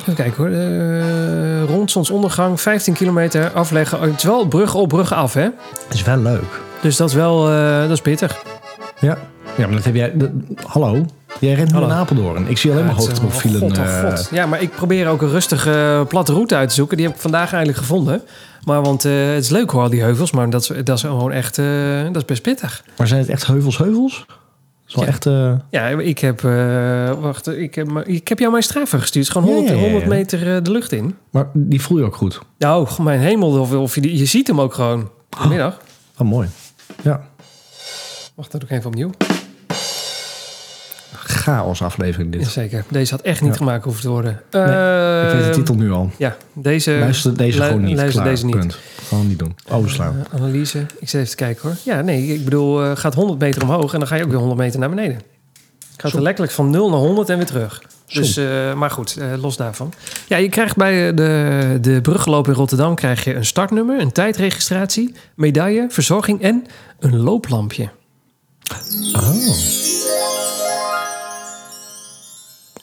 Even kijken hoor. Eh, rond zonsondergang, 15 kilometer afleggen. Oh, Het is wel brug op, brug af, hè?
Is wel leuk.
Dus dat is wel, eh, dat is pittig.
Ja. Ja, maar dat heb jij... dat- hallo? Jij rent nu
Hallo.
naar Apeldoorn. Ik zie alleen maar
Ja, het is-
hoofdprofielen.
oh, God, oh,
eh,
God. Ja, maar ik probeer ook een rustige eh, platte route uit te zoeken. Die heb ik vandaag eigenlijk gevonden. Maar want eh, het is leuk hoor, al die heuvels. Maar dat is, dat is gewoon echt, eh, dat is best pittig.
maar zijn het echt heuvels, heuvels? Dat is wel
Ja.
echt... eh,
Ja, ik heb, eh, wacht, ik heb, me- ik heb jou mijn straven gestuurd. Het is Gewoon
Ja,
100,
ja, ja, ja.
100 meter eh, de lucht in.
maar die voel je ook goed.
Nou, mijn hemel, of, of je, die- je ziet hem ook gewoon. Goedemiddag.
Oh, mooi. Ja.
Wacht, dat doe ik even opnieuw.
chaos aflevering dit.
Jazeker. Deze had echt niet
Ja.
gemaakt hoeven te worden.
Ik weet de
Ehm,
titel nu al.
Ja, deze.
eh, Luister deze
lu-
gewoon niet.
Luister
Klaar,
deze niet.
Punt. Gewoon niet doen. Overslaan.
Eh, analyse. Ik zit even te kijken hoor. Ja, nee, ik bedoel, eh, gaat 100 meter omhoog en dan ga je ook weer 100 meter naar beneden. Gaat
Zo.
er letterlijk van 0 naar 100 en weer terug.
Zo.
Dus, eh, maar goed, eh, los daarvan. Ja, je krijgt bij eh, de, de brugloop in Rotterdam krijg je een startnummer, een tijdregistratie, medaille, verzorging en een looplampje.
Oh.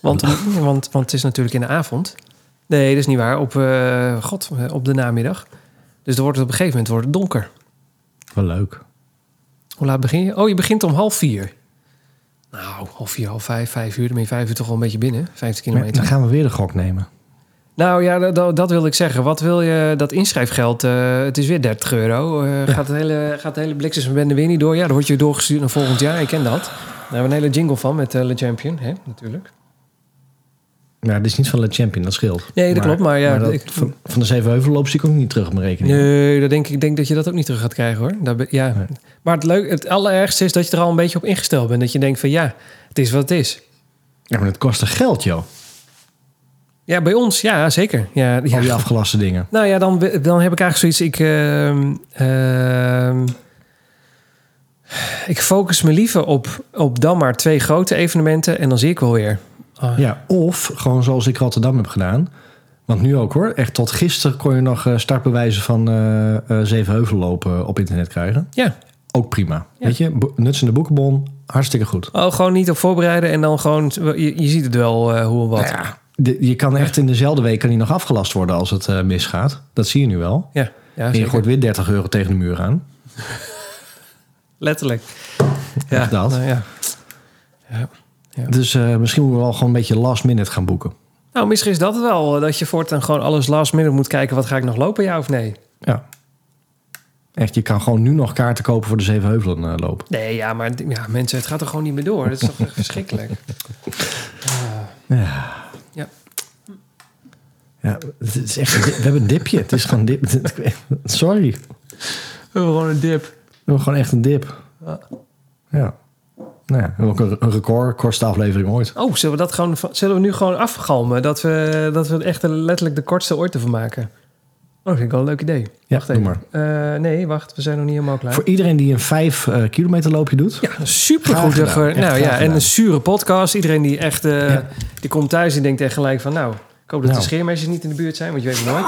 Want, want, want het is natuurlijk in de avond. Nee, dat is niet waar. Op, eh, God, eh, op de namiddag. Dus dan wordt het op een gegeven moment wordt het donker.
Wel leuk.
Hoe laat begin je? Oh, je begint om half vier. Nou, half vier, half vijf, vijf uur. Dan ben je vijf uur toch al een beetje binnen. Vijftig
Maar
kilometer.
dan gaan we weer de gok nemen.
Nou ja, dat, dat- dat wil ik zeggen. Wat wil je? Dat inschrijfgeld, eh, het is weer 30 euro. Eh, gaat, het hele, gaat de hele bliksemsbende weer niet door? Ja, dan word je doorgestuurd naar volgend jaar. Ik ken dat. Daar hebben we een hele jingle van met eh, Le Champion, hè, natuurlijk.
Ja, dit is niet van Le Champion, dat scheelt.
Nee, dat klopt, maar ja,
dat-
ik-
van, van de Zevenheuvel loop zie ik ook niet terug op mijn rekening.
Nee, dat denk, ik denk dat je dat ook niet terug gaat krijgen hoor. Daar ben- ja.
Nee.
Maar het, leuk, het allerergste is dat je er al een beetje op ingesteld bent. Dat je denkt van ja, het is wat het is.
Ja, maar het kostte geld, joh.
Ja, bij ons, ja, zeker. Ja, ja.
Al die afgelaste dingen.
Nou ja, dan, dan heb ik eigenlijk zoiets. Ik, ehm, ehm, ik focus me liever op, op dan maar twee grote evenementen en dan zie ik wel weer. Ah.
Ja, of gewoon zoals ik Rotterdam heb gedaan. Want nu ook hoor, echt tot gisteren kon je nog eh, startbewijzen van eh eh, Zevenheuvel lopen op internet krijgen.
Ja.
Ook prima.
Ja.
Weet je, bo- nuts in de boekenbon, hartstikke goed.
Oh, gewoon niet op voorbereiden en dan gewoon. Je, je ziet het wel eh, hoe en wat.
Nou ja, de- je kan echt in dezelfde week kan die nog afgelast worden als het eh, misgaat. Dat zie je nu wel.
Ja, ja
en je
zeker.
gooit weer 30 euro tegen de muur aan.
Letterlijk.
Echt dat.
nou ja. Ja.
Dus eh, misschien moeten we wel gewoon een beetje last minute gaan boeken.
Nou, misschien is dat het wel. eh, Dat je voortaan gewoon alles last minute moet kijken. Wat ga ik nog lopen, ja of nee?
Ja. Echt, je kan gewoon nu nog kaarten kopen voor de Zevenheuvelen eh, lopen.
Nee, ja, maar ja, mensen, het gaat er gewoon niet meer door. Dat is toch echt verschrikkelijk.
Ja, het is echt, we hebben een dipje. Het is gewoon een dip. Sorry. We
Gewoon een dip.
hebben gewoon echt een dip. Ja. Nou ja, we hebben ook een, een record, kortste aflevering ooit.
Oh, zullen we dat gewoon, van- zullen we nu gewoon afgalmen? Dat we, dat we het echt de- letterlijk de kortste ooit ervan maken. Oh, dat vind ik wel een leuk idee.
Ja,
wacht even.
doe
Eh, nee, wacht, we zijn nog niet helemaal klaar.
Voor iedereen die een 5 kilometer loopje doet.
Ja, een supergoed.
Graag gedaan.
ge-
Echt
Nou
graag
ja, en
gedaan.
een zure podcast. Iedereen die echt, eh,
Ja.
die komt thuis en denkt echt gelijk van... nou, ik hoop dat
Nou.
de scheermesjes niet in de buurt zijn, want je weet het nooit.
Ik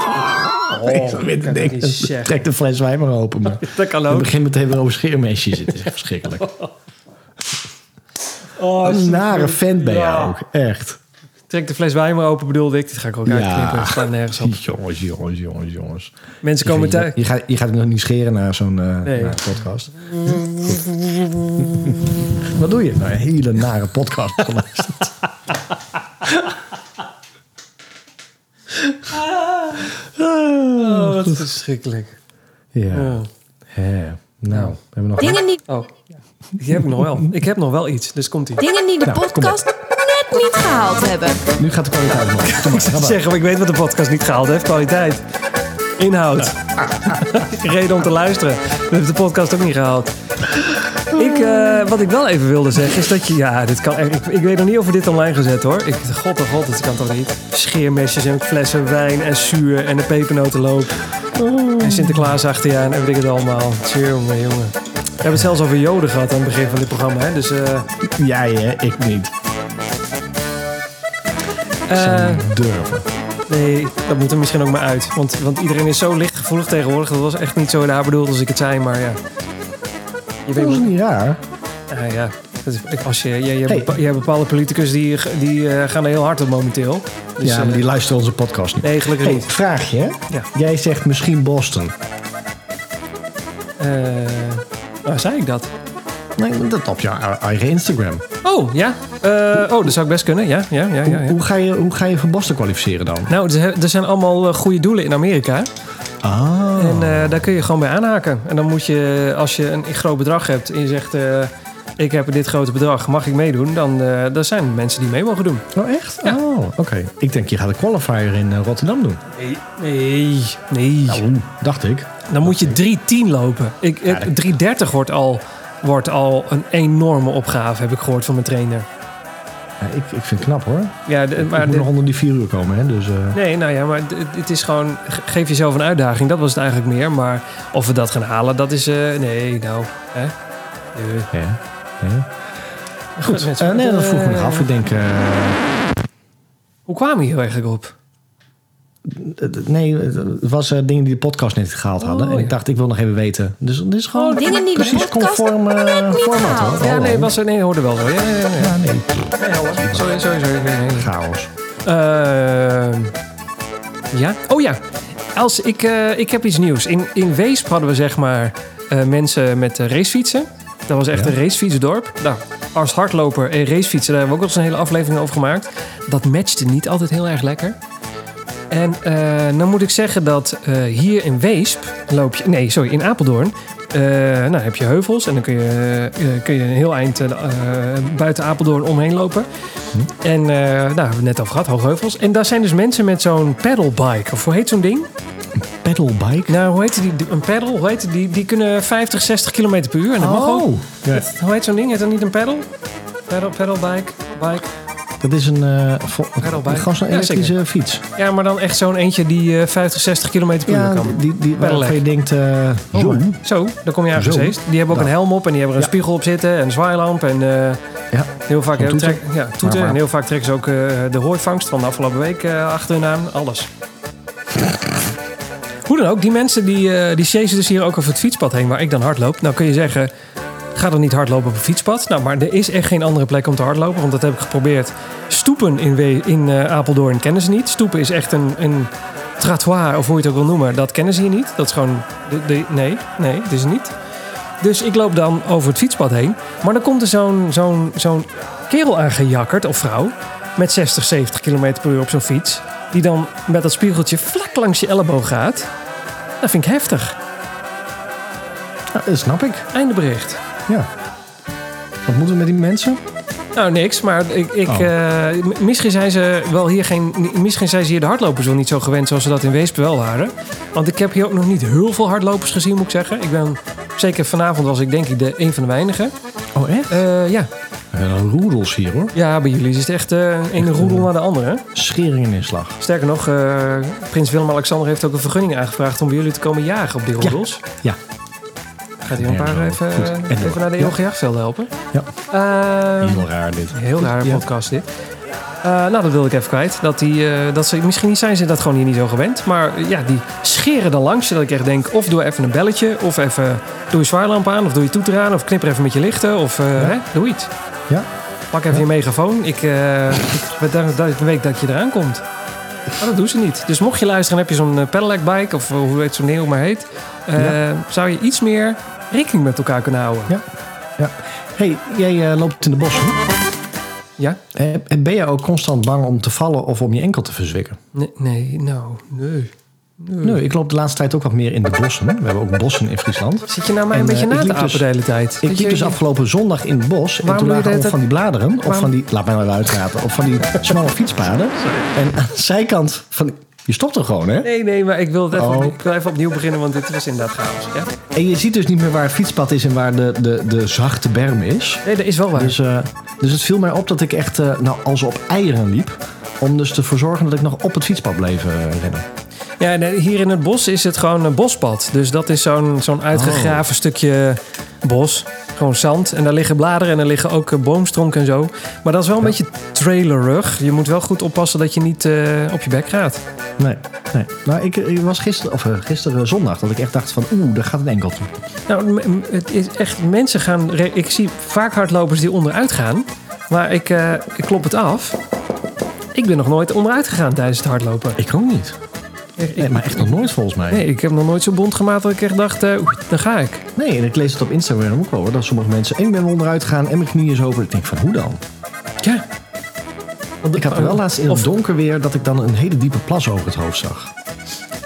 Oh, kan
weet het
ik
niet.
niet zeggen.
Trek de fles wijn maar open. Maar
Dat kan
we
ook.
beginnen meteen weer over scheermesjes. Het is echt verschrikkelijk.
Oh,
Een nare fan ben je
Ja.
ook. Echt.
Trek de fles wijn maar open, bedoelde ik. Dit ga ik ook
Ja.
uitknippen. Het staat nergens op.
Jongens, jongens, jongens, jongens.
Mensen komen
je,
thuis.
je, gaat, je gaat nog niet scheren naar zo'n eh,
Nee.
naar een podcast. Goed. Wat doe je? Nou, een hele nare podcast geluisterd.
Oh, wat verschrikkelijk.
Ja.
Oh.
Hè. Nou, we hebben nog...
Dingen die,
Oh, ja. die heb ik nog wel. Ik heb nog wel iets, dus komt ie.
dingen die de
Nou, kom op.
podcast net niet gehaald hebben.
Nu gaat de kwaliteit omhoog. Kom maar, ga maar.
Zeg, maar ik weet wat de podcast niet gehaald heeft. Kwaliteit. Inhoud. Reden om te luisteren. Dat heeft de podcast ook niet gehaald. Ik, eh, wat ik wel even wilde zeggen is dat je... Ja, dit kan, echt- ik, ik weet nog niet of we dit online gezet hoor. Ik, god oh god, dat kan toch niet. Scheermesjes en flessen wijn en zuur en een pepernotenloop. En Sinterklaas achter je aan en weet ik het allemaal. Jongen, jongen. We hebben het zelfs over joden gehad aan het begin van dit programma. Hè? Dus eh,
Jij hè, ik niet.
eh,
Durven.
Nee, dat moet er misschien ook maar uit. Want, want iedereen is zo lichtgevoelig tegenwoordig. Dat was echt niet zo daar bedoeld als ik het zei, maar ja. Je weet
Dat is
maar-
niet raar.
ja, ja. Dat is- Als je, je, je, hebt
Hey.
bepa- je hebt bepaalde politicus die, die eh, gaan er heel hard op momenteel. Dus,
ja, maar
eh,
die luisteren onze podcast niet.
Nee, gelukkig
Hey,
niet.
vraagje. hè?
Ja.
Jij zegt misschien Boston.
Eh, waar zei ik dat?
Nee, dat op jouw eigen Instagram.
Oh, ja. Eh, oh, dat zou ik best kunnen. Ja, ja, ja, ja. ja.
Hoe, ga je, hoe ga je voor Boston kwalificeren dan?
Nou, er- er zijn allemaal eh, goede doelen in Amerika.
Ah.
En eh, daar kun je gewoon bij aanhaken. En dan moet je, als je een groot bedrag hebt en je zegt... eh, ik heb dit grote bedrag, mag ik meedoen? Dan eh er zijn mensen die mee mogen doen.
Oh, echt? Oh, oké. Ik denk, je gaat de qualifier in eh, Rotterdam doen. Dus,
Nee. Nee. Nou,
Dacht ik.
Dan moet je 3.10 lopen. Ik, eh,
Ja, dat-
3.30 wordt al, wordt al een enorme opgave, heb ik gehoord van mijn trainer.
Ja, ik, ik vind het knap hoor.
Ja, de-
Maar
maar
moet
de-
nog onder die vier uur komen, hè? Dus, eh,
Nee, nou ja, maar d- het, is gewoon... ge- Geef jezelf een uitdaging, dat was het eigenlijk meer. Maar of we dat gaan halen, dat is... eh, nee, nou... Hè? Eh,
ja, ja. Goed,
mensen,
eh, nee, dat vroeg ik me nog
eh,
af. Ik denk, eh,
Hoe kwamen we hier eigenlijk op?
eh, nee, het was eh, dingen die de podcast net gehaald hadden.
Oh,
en ik
ja.
dacht, ik wil nog even weten. Dus dit is gewoon
Oh,
dingen die de
precies
podcast
conform eh,
niet
format
gehaald.
hoor.
Ja,
Oh,
nee, was er, nee, hoorde wel zo. Ja, ja, ja. ja.
Ja, nee,
Nee, hoor. Sorry, sorry, sorry. Nee, nee, nee.
chaos.
Ehm, ja? Oh ja. Als ik, eh, ik heb iets nieuws. In, in Weesp hadden we zeg maar eh, mensen met eh, racefietsen. Dat was echt
Ja.
een racefietsdorp. Nou, als hardloper en racefietsen, daar hebben we ook al eens een hele aflevering over gemaakt. Dat matchte niet altijd heel erg lekker. En eh, dan moet ik zeggen dat eh, hier in Weesp loop je... Nee, sorry, in Apeldoorn. eh, nou, heb je heuvels en dan kun je, eh, kun je een heel eind eh, buiten Apeldoorn omheen lopen. En eh, nou, hebben we het net over gehad, Hoogheuvels. En daar zijn dus mensen met zo'n pedalbike. Of hoe heet zo'n ding?
Pedalbike?
Nou, hoe heet die? Een pedal? Hoe heet die? Die kunnen 50, 60 km per uur. En dat mag ook.
Oh, ja.
Hoe heet zo'n ding? Heet dat niet een pedal? Pedal, pedalbike, bike.
dat is een, eh vo-
Pedalbike.
gewoon zo'n
Ja, zeker.
elektrische fiets.
Ja, maar dan echt zo'n eentje die eh, 50, 60 km per uur
Ja,
kan.
die, die, waarvan
Pedelec.
je denkt, eh zo.
Zo, daar kom je aan
Zo.
gezeest. Die hebben ook
Ja.
een helm op en die hebben er
Ja.
een spiegel op zitten en een zwaailamp. En eh,
Ja.
heel vaak
Een toeter.
trek- ja, toeter.
Maar- maar-
En heel vaak trekken ze ook eh, de hooivangst van de afgelopen week eh, achter hun aan. Alles. Hoe dan ook, die mensen die, eh die chasen dus hier ook over het fietspad heen waar ik dan hardloop. Nou kun je zeggen, ga dan niet hardlopen op een fietspad. Nou, maar er is echt geen andere plek om te hardlopen, want dat heb ik geprobeerd. Stoepen in, We- in eh, Apeldoorn kennen ze niet. Stoepen is echt een, een trottoir, of hoe je het ook wil noemen, dat kennen ze hier niet. Dat is gewoon, de, de- nee, nee, het is het niet. Dus ik loop dan over het fietspad heen. Maar dan komt er zo'n zo'n zo'n kerel aangejakkerd, of vrouw, met 60, 70 km per uur op zo'n fiets. Die dan met dat spiegeltje vlak langs je elleboog gaat. Dat vind ik heftig.
Ja, dat snap ik.
Eindebericht.
Ja. Wat moeten we met die mensen?
Nou, niks, maar ik, ik,
Oh.
eh, m- misschien zijn ze wel hier geen. Misschien zijn ze hier de hardlopers wel niet zo gewend zoals ze dat in Weesp wel waren. Want ik heb hier ook nog niet heel veel hardlopers gezien, moet ik zeggen. Ik ben zeker vanavond was ik denk ik de een van de weinigen.
Oh, echt?
Eh, ja.
roedels hier, hoor.
ja, bij jullie is het echt eh, een ene roedel naar de andere.
Scheringen in slag.
Sterker nog, eh, prins Willem-Alexander heeft ook een vergunning aangevraagd om bij jullie te komen jagen op die roedels.
Ja.
Gaat hij een paar
Nergens
even, eh,
over. Goed. En door.
even naar de eeuwige jachtvelden helpen?
Ja.
Eh,
Heel raar dit.
Heel rare
Ja.
podcast dit. Eh, nou, dat wilde ik even kwijt. Dat die, eh, dat ze, misschien zijn ze dat gewoon hier niet zo gewend. Maar eh, ja, die scheren dan langs. Zodat ik echt denk, of doe even een belletje. Of even, doe je zwaarlamp aan. Of doe je toeter aan. Of knipper even met je lichten. Of eh, hè, doe iets.
Ja.
Pak even je megafoon. Ik eh, ik bedank dat ik weet dat je eraan komt. Maar dat doen ze niet. Dus mocht je luisteren, heb je zo'n eh, pedelec bike. Of eh, hoe heet zo'n ding ook maar heet. eh, Zou je iets meer rekening met elkaar kunnen houden.
Ja. ja. hey, jij eh, loopt in de bossen.
Ja?
Eh, En ben jij ook constant bang om te vallen of om je enkel te verzwikken?
Nee, nee, nou, nee.
Nee, ik loop de laatste tijd ook wat meer in de bossen. We hebben ook bossen in Friesland.
Zit je nou mij
En,
een beetje
eh,
na
ik
te
liep dus-
apen de hele tijd?
Ik liep dus afgelopen zondag in het bos en
Waarom
toen
doe je
lagen
dat-
al van die bladeren, of
waarom-
van die, laat mij maar uitpraten, of van die smalle fietspaden. En aan de zijkant van, je stopt er gewoon hè?
Nee, nee, maar ik wil, het even,
Oh.
ik wil even opnieuw beginnen, want dit was inderdaad chaos. Ja?
En je ziet dus niet meer waar het fietspad is en waar de, de, de zachte berm is.
Nee, dat is wel waar.
Dus, eh, dus het viel mij op dat ik echt eh, nou, als op eieren liep. Om dus ervoor te zorgen dat ik nog op het fietspad bleef eh, rennen.
Ja, nee, hier in het bos is het gewoon een bospad. Dus dat is zo'n zo'n uitgegraven stukje bos. Gewoon zand. En daar liggen bladeren en daar liggen ook eh, boomstronken en zo. Maar dat is wel een beetje trailerig. Je moet wel goed oppassen dat je niet eh, op je bek gaat.
Nee, nee. Nou, ik, ik was gisteren, of eh, gisteren zondag, dat ik echt dacht van oeh, daar gaat een enkel toe.
Nou, m- m- het is echt, mensen gaan. re- Ik zie vaak hardlopers die onderuit gaan. Maar ik, eh, ik klop het af. Ik ben nog nooit onderuit gegaan tijdens het hardlopen.
Ik ook niet. Nee, maar echt nog nooit volgens mij.
Nee, ik heb nog nooit zo bond gemaakt dat ik echt dacht, eh, oeh, daar ga ik.
Nee, en ik lees het op Instagram ook wel hoor. Dat sommige mensen, en ik ben wel onderuit gegaan en mijn knieën is over. Ik denk van, hoe dan?
Ja.
Ik had er wel laatst in het
Of-
donker weer dat ik dan een hele diepe plas over het hoofd zag.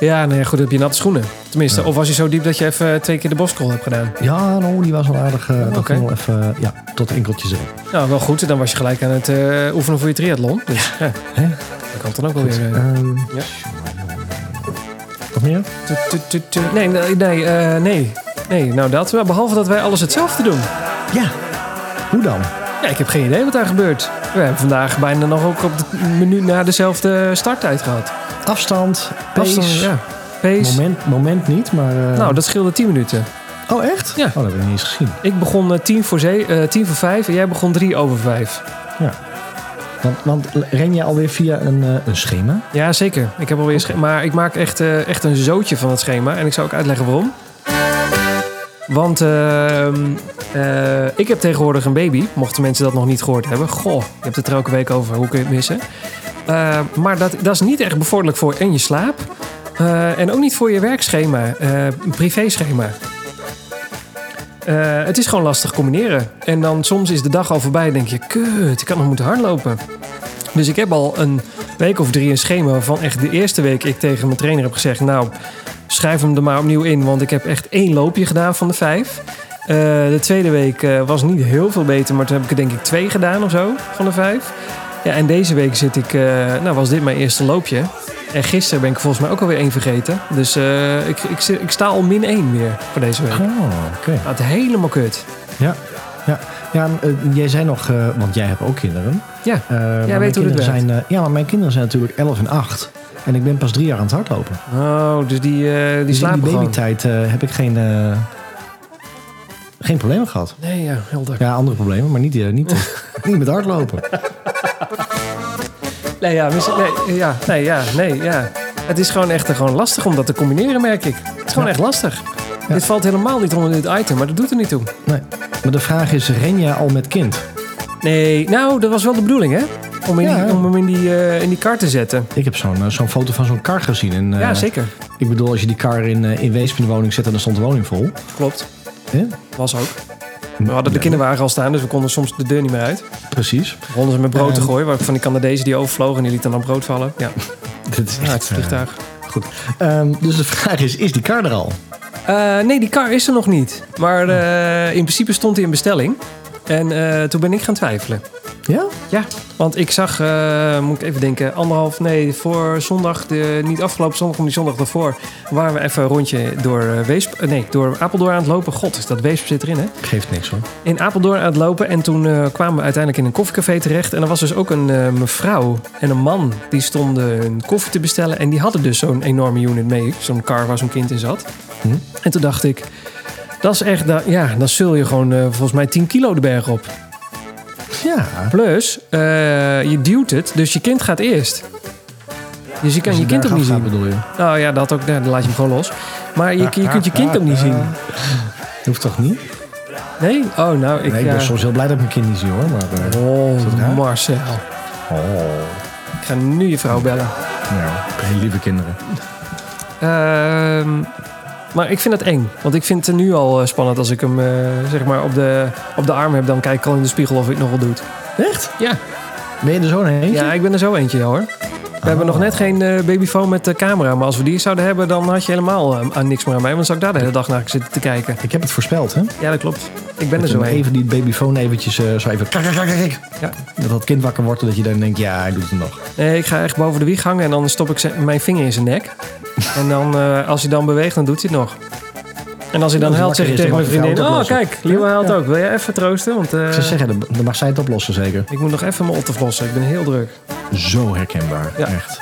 Ja, nee, goed, dan heb je natte schoenen. Tenminste, of was je zo diep dat je even eh, twee keer de boskrol hebt gedaan.
Ja, nou, die was wel aardig. eh, dat
Oké.
ging wel even, eh, ja, tot enkeltjes erin.
Nou, wel goed, dan was je gelijk aan het eh, oefenen voor je triathlon. Dus ja,
Hè?
dat kan dan ook wel weer. eh,
Ehm,
Ja.
Nog meer?
tu- tu- tu- tu- Nee, nee, nee, eh, nee. Nee, nou dat. Maar behalve dat wij alles hetzelfde doen.
Ja. Hoe dan?
Ja, ik heb geen idee wat daar gebeurt. We hebben vandaag bijna nog ook op de minuut na dezelfde starttijd gehad.
Afstand, pace.
Afstand, ja. Pace.
Moment, moment niet, maar... eh,
Nou, dat scheelde 10 minuten.
Oh, echt?
Ja.
Oh, dat heb ik niet eens gezien.
Ik begon eh, 10 voor, ze- eh, 10 voor 5 en jij begon 3 over 5.
Want, want ren je alweer via een, eh, een schema?
Ja, zeker. Ik heb alweer sche- Maar ik maak echt, eh, echt een zootje van het schema. En ik zal ook uitleggen waarom. Want ehm, eh, ik heb tegenwoordig een baby. Mochten mensen dat nog niet gehoord hebben. Goh, je hebt het er elke week over. Hoe kun je het missen? Eh, maar dat, dat is niet echt bevorderlijk voor en je slaap. Eh, en ook niet voor je werkschema, eh privéschema. Eh, het is gewoon lastig combineren. En dan soms is de dag al voorbij en denk je... Kut, ik had nog moeten hardlopen. Dus ik heb al een week of drie een schema waarvan echt de eerste week ik tegen mijn trainer heb gezegd... Nou, schrijf hem er maar opnieuw in, want ik heb echt één loopje gedaan van de vijf. Eh, de tweede week eh, was niet heel veel beter, maar toen heb ik er denk ik twee gedaan of zo van de vijf. Ja, en deze week zit ik, eh, nou was dit mijn eerste loopje. En gisteren ben ik volgens mij ook alweer één vergeten. Dus eh, ik, ik, zit- ik sta al min één weer voor deze week.
Oh, oké.
Gaat helemaal kut.
Ja, ja. ja en, eh, jij zei nog, eh, want jij hebt ook kinderen.
Ja,
Eh, maar mijn
weet hoe dit
kinderen zijn, eh, Ja, maar mijn kinderen zijn natuurlijk 11 en 8. En ik ben pas drie jaar aan het hardlopen.
Oh, dus die, eh, die
Dus
slapen
in die
gewoon.
babytijd eh, heb ik geen, eh, geen problemen gehad.
Nee, ja, helder.
Ja, andere problemen, maar niet, eh, niet, niet met hardlopen.
Nee, ja, misschien- nee, ja, nee, ja, nee, ja. Het is gewoon echt eh, gewoon lastig om dat te combineren, merk ik. Het is gewoon
Ja.
echt lastig.
Ja.
Dit valt helemaal niet onder dit item, maar dat doet er niet toe.
Nee. Maar de vraag is, ren jij al met kind?
Nee, nou, dat was wel de bedoeling, hè? Om, in
Ja.
die, om hem in die, eh, in die kar te zetten.
Ik heb zo'n eh, zo'n foto van zo'n kar gezien. En, eh,
ja, zeker.
Ik bedoel, als je die kar in, eh, in Weesp in de woning zet, dan stond de woning vol.
Klopt.
Hè?
Was ook. We hadden de kinderwagen al staan, dus we konden soms de deur niet meer uit.
Precies.
We begonnen ze met brood te
Ehm.
gooien, waar ik van die Canadezen die overvlogen en die lieten dan brood vallen. Ja,
Dat is
ja het
eh,
vliegtuig.
Goed. Ehm, dus de vraag is, is die kar er al?
Eh, nee, die kar is er nog niet. Maar eh, in principe stond hij in bestelling. En eh, toen ben ik gaan twijfelen.
Ja?
Ja, want ik zag, eh, moet ik even denken, anderhalf, nee, voor zondag, de, niet afgelopen zondag, maar die zondag daarvoor, waren we even een rondje door, eh, Weesp, eh, nee, door Apeldoorn aan het lopen. God, is dat Weesp zit erin, hè?
Geeft niks hoor.
In Apeldoorn aan het lopen en toen eh, kwamen we uiteindelijk in een koffiecafé terecht. En er was dus ook een eh, mevrouw en een man, die stonden een koffie te bestellen. En die hadden dus zo'n enorme unit mee, zo'n car waar zo'n kind in zat.
Hm.
En toen dacht ik, dat is echt, da- ja, dan zul je gewoon eh, volgens mij 10 kilo de berg op.
Ja.
Plus, eh, je duwt het, dus je kind gaat eerst. Dus je kan je kind ook niet zien.
bedoel je?
Nou ja, dat ook, nou, dan laat je hem gewoon los. Maar je, je kunt je kind ook niet zien.
Hoeft toch niet?
Nee? Oh, nou, ik...
nee, ik ben
ja.
soms heel blij dat ik mijn kind niet zie hoor. Maar, eh, Is dat raar?
Oh, Marcel.
oh.
Ik ga nu je vrouw bellen.
Ja, hele lieve kinderen.
Ehm, maar ik vind dat eng. Want ik vind het nu al eh, spannend als ik hem eh, zeg maar op de, op de arm heb. Dan kijk ik al in de spiegel of hij het nog wel doet.
Echt?
Ja,
Ben je er zo heen?
ja ik ben er zo eentje ja, hoor. We hebben nog net geen eh, babyfoon met de camera. Maar als we die zouden hebben, dan had je helemaal eh, aan niks meer aan mij. Want dan zou ik daar de hele dag naar zitten te kijken.
Ik heb het voorspeld, hè?
Ja, dat klopt. Ik ben er
Dat
zo
je
heen.
even die babyfoon eventjes eh, zo even... Kijk, kijk, kijk, kijk.
Ja.
Dat dat kind wakker wordt en dat je dan denkt, ja, hij doet het nog.
Nee, Eh, ik ga echt boven de wieg hangen en dan stop ik ze- mijn vinger in zijn nek. en dan, eh, als hij dan beweegt, dan doet hij het nog. En als hij dan
Als hij
huilt, zeg ik
wakker
tegen
is,
mijn
dan
vriendin...
mag hij
Oh,
het oplossen."
kijk, Lima haalt ook. Wil jij even troosten? Want eh,
Ze zeggen, dan- dan mag zij het oplossen zeker.
ik moet nog even mijn otter lossen. Ik ben heel druk.
Zo herkenbaar,
Ja.
echt.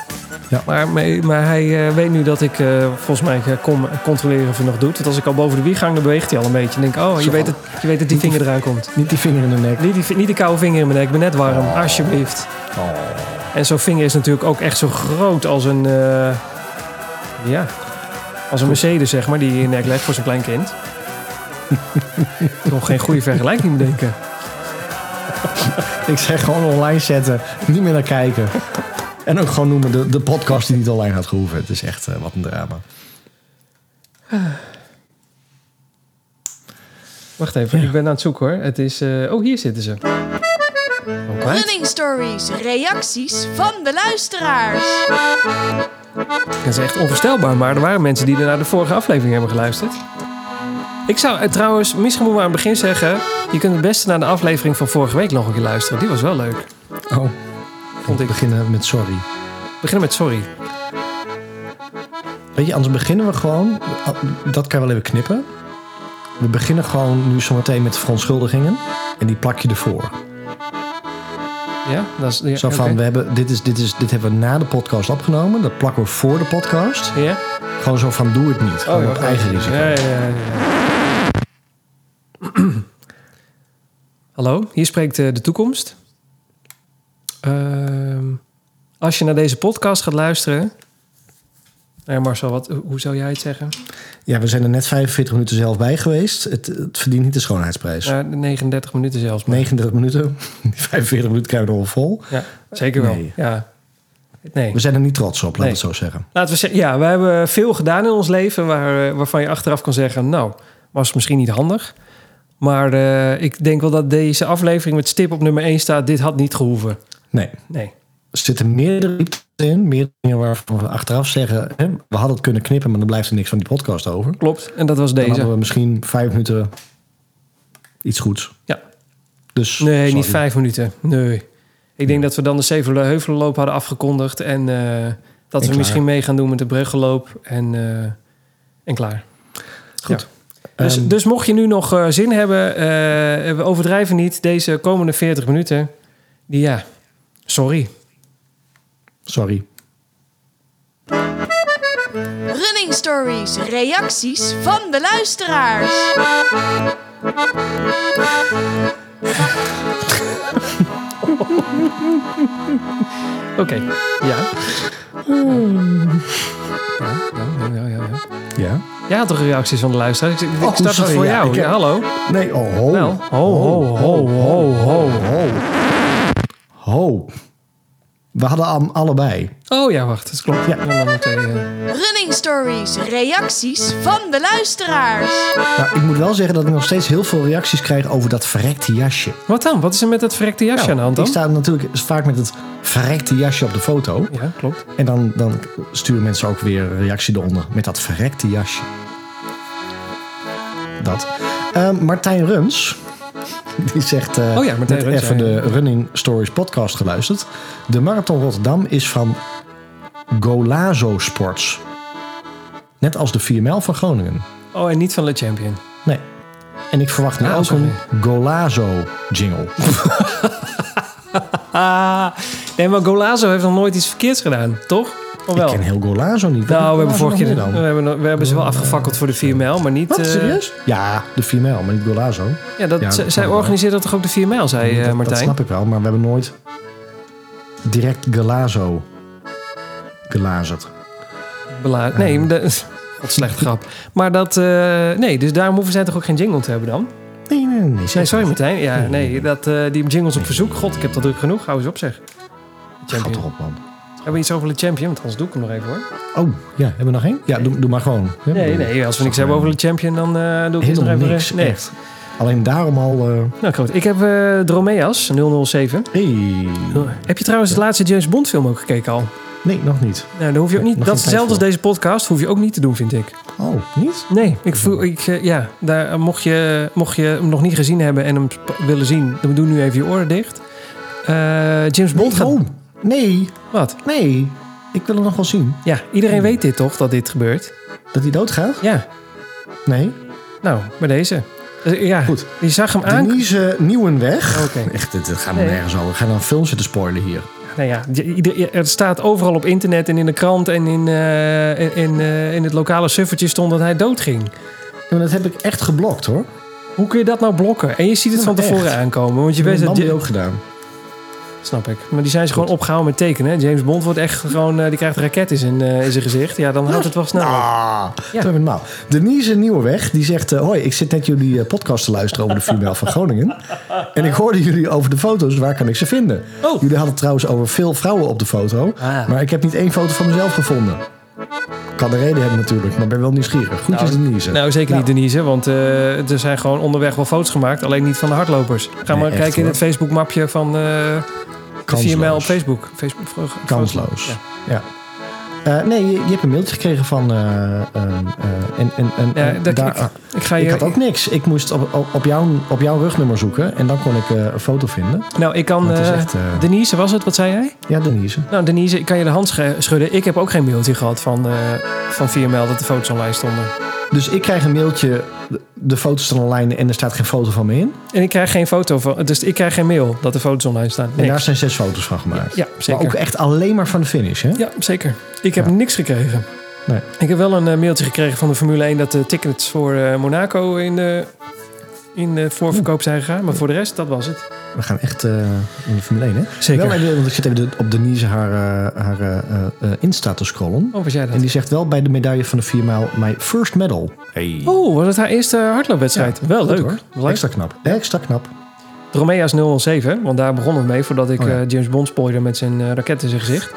Maar, maar hij eh, weet nu dat ik eh, volgens mij eh, kom controleren of hij nog doet. Want als ik al boven de wieg hang, dan beweegt hij al een beetje. En denk ik, oh, je
Zo.
weet, dat, je weet dat die vinger eraan komt.
Niet die vinger in de nek.
Niet, die, vi- niet de koude vinger in mijn nek, ik ben net warm. Alsjeblieft.
Oh.
En zo'n vinger is natuurlijk ook echt zo groot als een. eh, ja. Als een Mercedes, zeg maar, die je in de nek legt voor zo'n klein kind. Nog geen goede vergelijking bedenken.
Ik zeg gewoon online zetten. Niet meer naar kijken. En ook gewoon noemen de, de podcast die niet online gaat gehoeven. Het is echt eh, wat een drama.
Wacht even, ik ben aan het zoeken hoor. Het is. eh, oh, hier zitten ze.
Running stories, reacties van de luisteraars.
Dat is echt onvoorstelbaar, maar er waren mensen die er naar de vorige aflevering hebben geluisterd. Ik zou eh, trouwens, misschien moet ik maar aan het begin zeggen. Je kunt het beste naar de aflevering van vorige week nog een keer luisteren. Die was wel leuk.
Oh,
Vond ik. eh,
beginnen met sorry.
Beginnen met sorry.
Weet je, anders beginnen we gewoon. Dat kan je wel even knippen. We beginnen gewoon nu zometeen met verontschuldigingen. En die plak je ervoor.
Ja, dat is... ja,
Zo van,
oké.
we hebben, dit, is, dit, is, dit hebben we na de podcast opgenomen. Dat plakken we voor de podcast.
Ja?
Gewoon zo van, doe het niet. Gewoon
ja,
op
Oh, oké.
eigen risico.
Ja, ja, ja, ja. Hallo, hier spreekt eh, de toekomst. Ehm, als je naar deze podcast gaat luisteren... Eh, Marcel, wat, hoe zou jij het zeggen?
Ja, we zijn er net 45 minuten zelf bij geweest. Het, het verdient niet de schoonheidsprijs.
Na 39 minuten zelfs. maar-
39 minuten. Die 45 minuten krijgen we er al vol.
Ja, zeker wel.
Nee.
Ja. Nee.
We zijn er niet trots op, laten we
Nee.
het zo zeggen.
Laten we zeggen, ja, we hebben veel gedaan in ons leven waar, eh, waarvan je achteraf kan zeggen, nou, was misschien niet handig. Maar eh, ik denk wel dat deze aflevering met stip op nummer 1 staat, dit had niet gehoeven.
Nee,
Nee.
er zitten meerdere dieptes in. Meerdere dingen waarvan we achteraf zeggen... Hè, we hadden het kunnen knippen, maar dan blijft er niks van die podcast over.
Klopt, en dat was
Dan
deze.
hadden we misschien vijf minuten iets goeds.
Ja.
Dus,
Nee,
sorry.
niet vijf minuten. Nee. Ik denk dat we dan de Zeveler Heuvelenloop hadden afgekondigd. En eh, dat we
En klaar.
misschien mee gaan doen met de Bruggeloop. En, eh, en klaar.
Goed.
Dus,
Ehm,
dus mocht je nu nog eh, zin hebben, eh, we overdrijven niet. Deze komende 40 minuten, die ja, sorry.
Sorry.
Running stories, reacties van de luisteraars.
Oké, ja. Ja, ja, ja, ja, ja.
Ja?
Jij had toch reacties van de luisteraars? Ik, ik
Oh,
start
sorry,
het voor
ja,
jou.
ik
Ja,
heb-
hallo.
Nee, oh, ho.
Wel. Ho, ho, ho, ho, ho.
ho. Ho. We hadden hem allebei.
Oh ja, wacht, dat klopt.
Ja.
Ja. dan meteen, eh,
Running stories, reacties van de luisteraars.
Maar Nou, ik moet wel zeggen dat ik nog steeds heel veel reacties krijg over dat verrekte jasje. Nou,
Wat dan? Wat is er met dat verrekte jasje aan de hand
ik
dan?
sta natuurlijk vaak met het verrekte jasje op de foto.
Ja, klopt.
En dan, dan sturen mensen ook weer een reactie eronder met dat verrekte jasje. Dat. Eh, Martijn Runs, die zegt... eh,
Oh ja, Martijn
net
Runs,
even
ja,
de
ja.
Running Stories podcast geluisterd. De Marathon Rotterdam is van Golazo Sports. Net als de 4 mijl van Groningen.
Oh, en niet van Le Champion.
Nee. En ik verwacht nu
Ah,
ook
sorry.
een Golazo jingle.
Ah, nee, maar Golazo heeft nog nooit iets verkeerds gedaan, toch? Of Oh, wel?
Ik ken heel Golazo niet.
Nou,
Wat doet
we hebben
Golazo
vorige keer...
nog meer
We
dan?
hebben, we hebben ze wel afgefakkeld voor de 4 mijl, maar niet...
Wat,
eh,
serieus? Ja, de 4 mijl, maar niet Golazo.
ja, dat,
Ja,
zij-
dat
zij
kan wel.
organiseert dat toch ook de 4 mijl, zei eh,
dat, dat
Martijn?
snap ik wel, maar we hebben nooit direct Golazo gelazerd.
Bela- nee, maar dat wat slecht grap. Maar dat... eh, nee, dus daarom hoeven zij toch ook geen jingle te hebben dan?
Nee, nee, nee.
Nee,
zeker
sorry
niet.
Martijn. Ja, nee, dat, eh, die jingles op verzoek. God, ik heb dat druk genoeg. Hou eens op zeg.
Gat
Champion.
erop, man.
Hebben we iets over de champion? Want anders doe ik hem nog even hoor.
Oh, ja, hebben we nog één? Ja, doe, doe maar gewoon. Ja,
Nee,
bedoel,
nee, als we niks hebben over de champion, dan eh, doe ik het nog
Helemaal
even.
niks,
nee.
echt. Alleen daarom al... eh
Nou goed, ik heb eh, Dromeas 007.
hey.
Heb je trouwens de laatste James Bond film ook gekeken al?
Oh. Nee, nog niet.
Nou, dan hoef je ook
Nee,
niet.
nog
Dat
geen
is hetzelfde als
tijd
deze podcast. Hoef je ook niet te doen, vind ik.
Oh, niet?
Nee, ik voel. Ik, eh, ja, daar, mocht, je, mocht je hem nog niet gezien hebben en hem sp- willen zien, dan doe nu even je oren dicht. Eh, James Bond gaat.
Oh, nee,
Wat?
nee. Ik wil hem nog wel zien.
Ja, iedereen weet dit toch dat dit gebeurt?
Dat hij doodgaat?
Ja,
Nee.
nou, bij deze. Eh, Ja,
Goed.
Je zag hem aan. Ah,
Denise eh, Nieuwenweg.
Oké.
Echt, dit, dit gaat me
Nee.
nergens over. We gaan een film zitten spoilen hier.
Nou ja, je- ieder- je- het staat overal op internet en in de krant en in, eh, in, in, eh, in het lokale suffertje stond dat hij doodging.
Ja, maar dat heb ik echt geblokt, hoor.
Hoe kun je dat nou blokken? En je ziet het
Ja,
van
maar
tevoren
echt.
aankomen. Want je
Ik
weet
heb
dat.
dat
Ja,
ook gedaan.
Snap ik. Maar die zijn ze gewoon opgehouden met tekenen. hè? James Bond wordt echt gewoon. eh, die krijgt een raket in zijn, eh, in zijn gezicht. Ja, dan houdt het wel snel. op.
Ah,
Ja.
ja. normaal. Denise Nieuweweg, die zegt... eh, Hoi, ik zit net jullie eh, podcast te luisteren over de Female van Groningen. En ik hoorde jullie over de foto's, waar kan ik ze vinden?
Oh.
Jullie hadden het trouwens over veel vrouwen op de foto.
Ah.
Maar ik heb niet één foto van mezelf gevonden. Kan de reden hebben natuurlijk, maar ben wel nieuwsgierig. Goed is Denise.
Nou, zeker niet Denise, want eh, er zijn gewoon onderweg wel foto's gemaakt. Alleen niet van de hardlopers. Ga
Nee,
maar
echt,
kijken in
hoor.
het Facebook-mapje van eh de
Kansloos.
4ML op Facebook. Facebook vro-
Kansloos.
Ja.
Ja. Eh, nee, je, je hebt een mailtje gekregen van... eh, eh, eh, en, en, en,
Ja,
en
dat-
daar-
ik, ik ga je,
Ik had ook niks. Ik moest op, op, op jouw, op jouw rugnummer zoeken en dan kon ik eh, een foto vinden.
Nou, ik kan...
Maar het is
eh,
echt, eh,
Denise, was het? Wat zei jij?
Ja, Denise.
Nou, Denise, ik kan je de hand sche- schudden. Ik heb ook geen mailtje gehad van, eh van 4ML dat de foto's online stonden.
Dus ik krijg een mailtje de foto's staan online en er staat geen foto van me in.
En ik krijg geen foto van. Dus ik krijg geen mail dat de foto's online staan.
En
Niks.
daar zijn zes foto's van gemaakt.
Ja, zeker.
Maar ook echt alleen maar van de finish, hè?
Ja, zeker. Ik heb
Ja.
niks gekregen.
Nee.
Ik heb wel een eh, mailtje gekregen van de Formule 1 dat de tickets voor eh, Monaco in de, in de voorverkoop zijn gegaan. Maar voor de rest, dat was het.
We gaan echt eh, in de Formule 1, hè?
Zeker.
Wel even, want ik zit even de- op Denise haar, eh, haar eh, eh, Insta te scrollen.
Oh, was jij dat?
En die zegt wel bij de medaille van de 4 mijl, my first medal. Hey.
Oh, was het haar eerste hardloopwedstrijd? wel leuk. Leuk.
Extra knap. Extra knap.
De Romea's 007, want daar begon het mee voordat ik
Oh ja.
eh, James Bond spoorde met zijn eh, raket in zijn gezicht.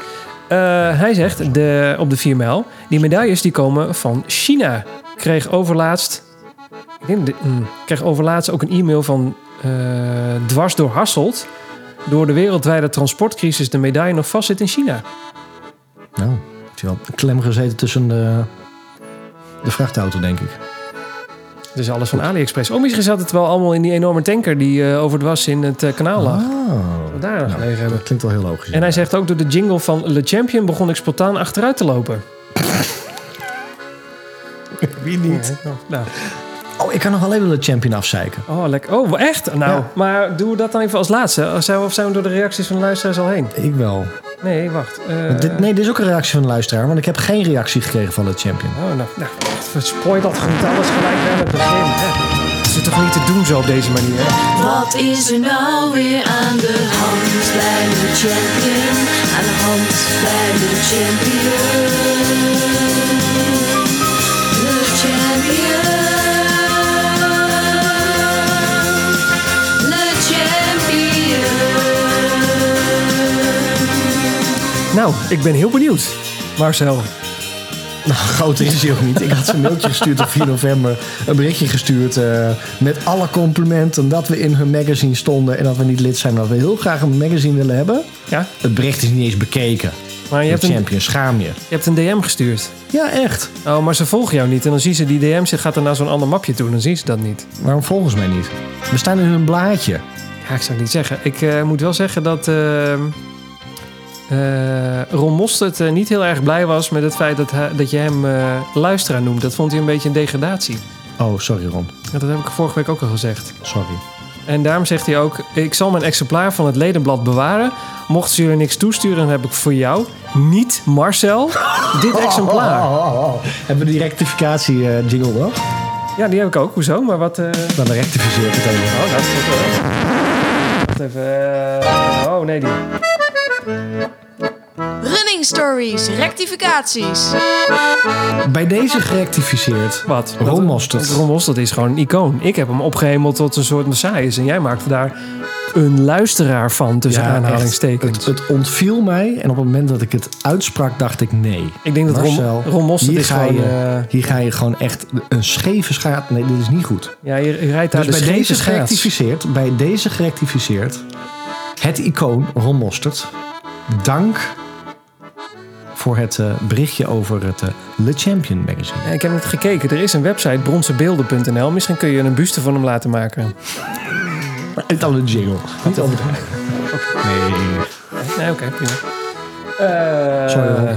Eh, hij zegt de, op de 4 mijl, die medailles die komen van China. Kreeg overlaatst, ik denk, de- mm, kreeg overlaatst ook een e-mail van eh, dwars door Hasselt. Door de wereldwijde transportcrisis de medaille nog vastzit in China.
Nou, heeft hij wel klem gezeten tussen de, de vrachtauto, denk ik.
Dus alles van AliExpress. Oh, misschien zat het wel allemaal in die enorme tanker die eh, overdwars in het eh, kanaal lag.
Oh.
Daar
Nou,
gelegen hebben.
dat klinkt wel heel logisch.
En hij zegt ook door de jingle van Le Champion begon ik spontaan achteruit te lopen.
wie
Oh, nou.
Oh, ik kan nog wel even de champion afzeiken.
Oh, lekker. Oh, echt? Nou,
Ja.
maar doen we dat dan even als laatste? Of zijn we, of zijn we door de reacties van de luisteraars al heen?
Ik wel.
Nee, wacht. Eh,
Dit, nee, dit is ook een reactie van de luisteraar, want ik heb geen reactie gekregen van de champion.
Oh, nou, nou echt, we spooi dat goed alles gelijk aan het begin. Hè. Het is toch niet te doen zo op deze manier? hè?
Wat is er nou weer aan de hand bij de champion? Aan de hand bij de champion. De champion. De champion.
Nou, ik ben heel benieuwd. Marcel.
Nou, groter is hij ook niet. Ik had ze een mailtje gestuurd op 4 november. Een berichtje gestuurd eh, met alle complimenten dat we in hun magazine stonden... en dat we niet lid zijn, maar dat we heel graag een magazine willen hebben.
Ja?
Het bericht is niet eens bekeken.
Maar je
De
hebt, een,
champion, schaam je.
je hebt een DM gestuurd.
Ja, echt.
Oh, maar ze volgen jou niet. En dan zien ze die DM, ze gaat er naar zo'n ander mapje toe. Dan zien ze dat niet.
Waarom volgens mij niet? We staan in hun blaadje.
Ja, ik zou het niet zeggen. Ik eh, moet wel zeggen dat eh, eh, Ron Mostert eh, niet heel erg blij was met het feit dat, hij- dat je hem eh, luisteraar noemt. Dat vond hij een beetje een degradatie.
Oh, sorry Ron.
Ja, dat heb ik vorige week ook al gezegd.
Sorry.
En daarom zegt hij ook: Ik zal mijn exemplaar van het ledenblad bewaren. Mochten ze jullie niks toesturen, dan heb ik voor jou, niet Marcel, dit exemplaar.
Oh, oh, oh. Hebben we die rectificatie eh, jingle nog?
Ja, die heb ik ook. Hoezo? Maar wat. eh, Oh,
Dan rectificeer ik het even.
dat is toch wel. Wacht even. eh, Oh, nee, die.
Running stories, rectificaties.
Bij deze gerectificeerd.
Wat?
Ron
Dat-
Mostert.
Ron Mostert is gewoon een icoon. Ik heb hem opgehemeld tot een soort messias. En jij maakt daar een luisteraar van, tussen aanhalingstekens.
Het, het ontviel mij en op het moment dat ik het uitsprak dacht ik nee.
ik denk dat
Marcel,
Ron, Ron Mostert
hier
is
ga,
gewoon...
je,
eh,
hier ga je gewoon echt een scheve schaat. Nee, dit is niet goed.
ja, je, je rijdt daar
dus
de
bij deze
deze schaats.
gerectificeerd, bij deze gerectificeerd, het icoon Ron Mostert, dank voor het eh, berichtje over het eh, Le Champion magazine.
Ja, ik heb net gekeken. Er is een website, bronzenbeelden.nl. Misschien kun je een buste van hem laten maken.
Niet al een jingle. Niet al Nee, ik
Nee, oké, prima. Eh,
Sorry, Ron.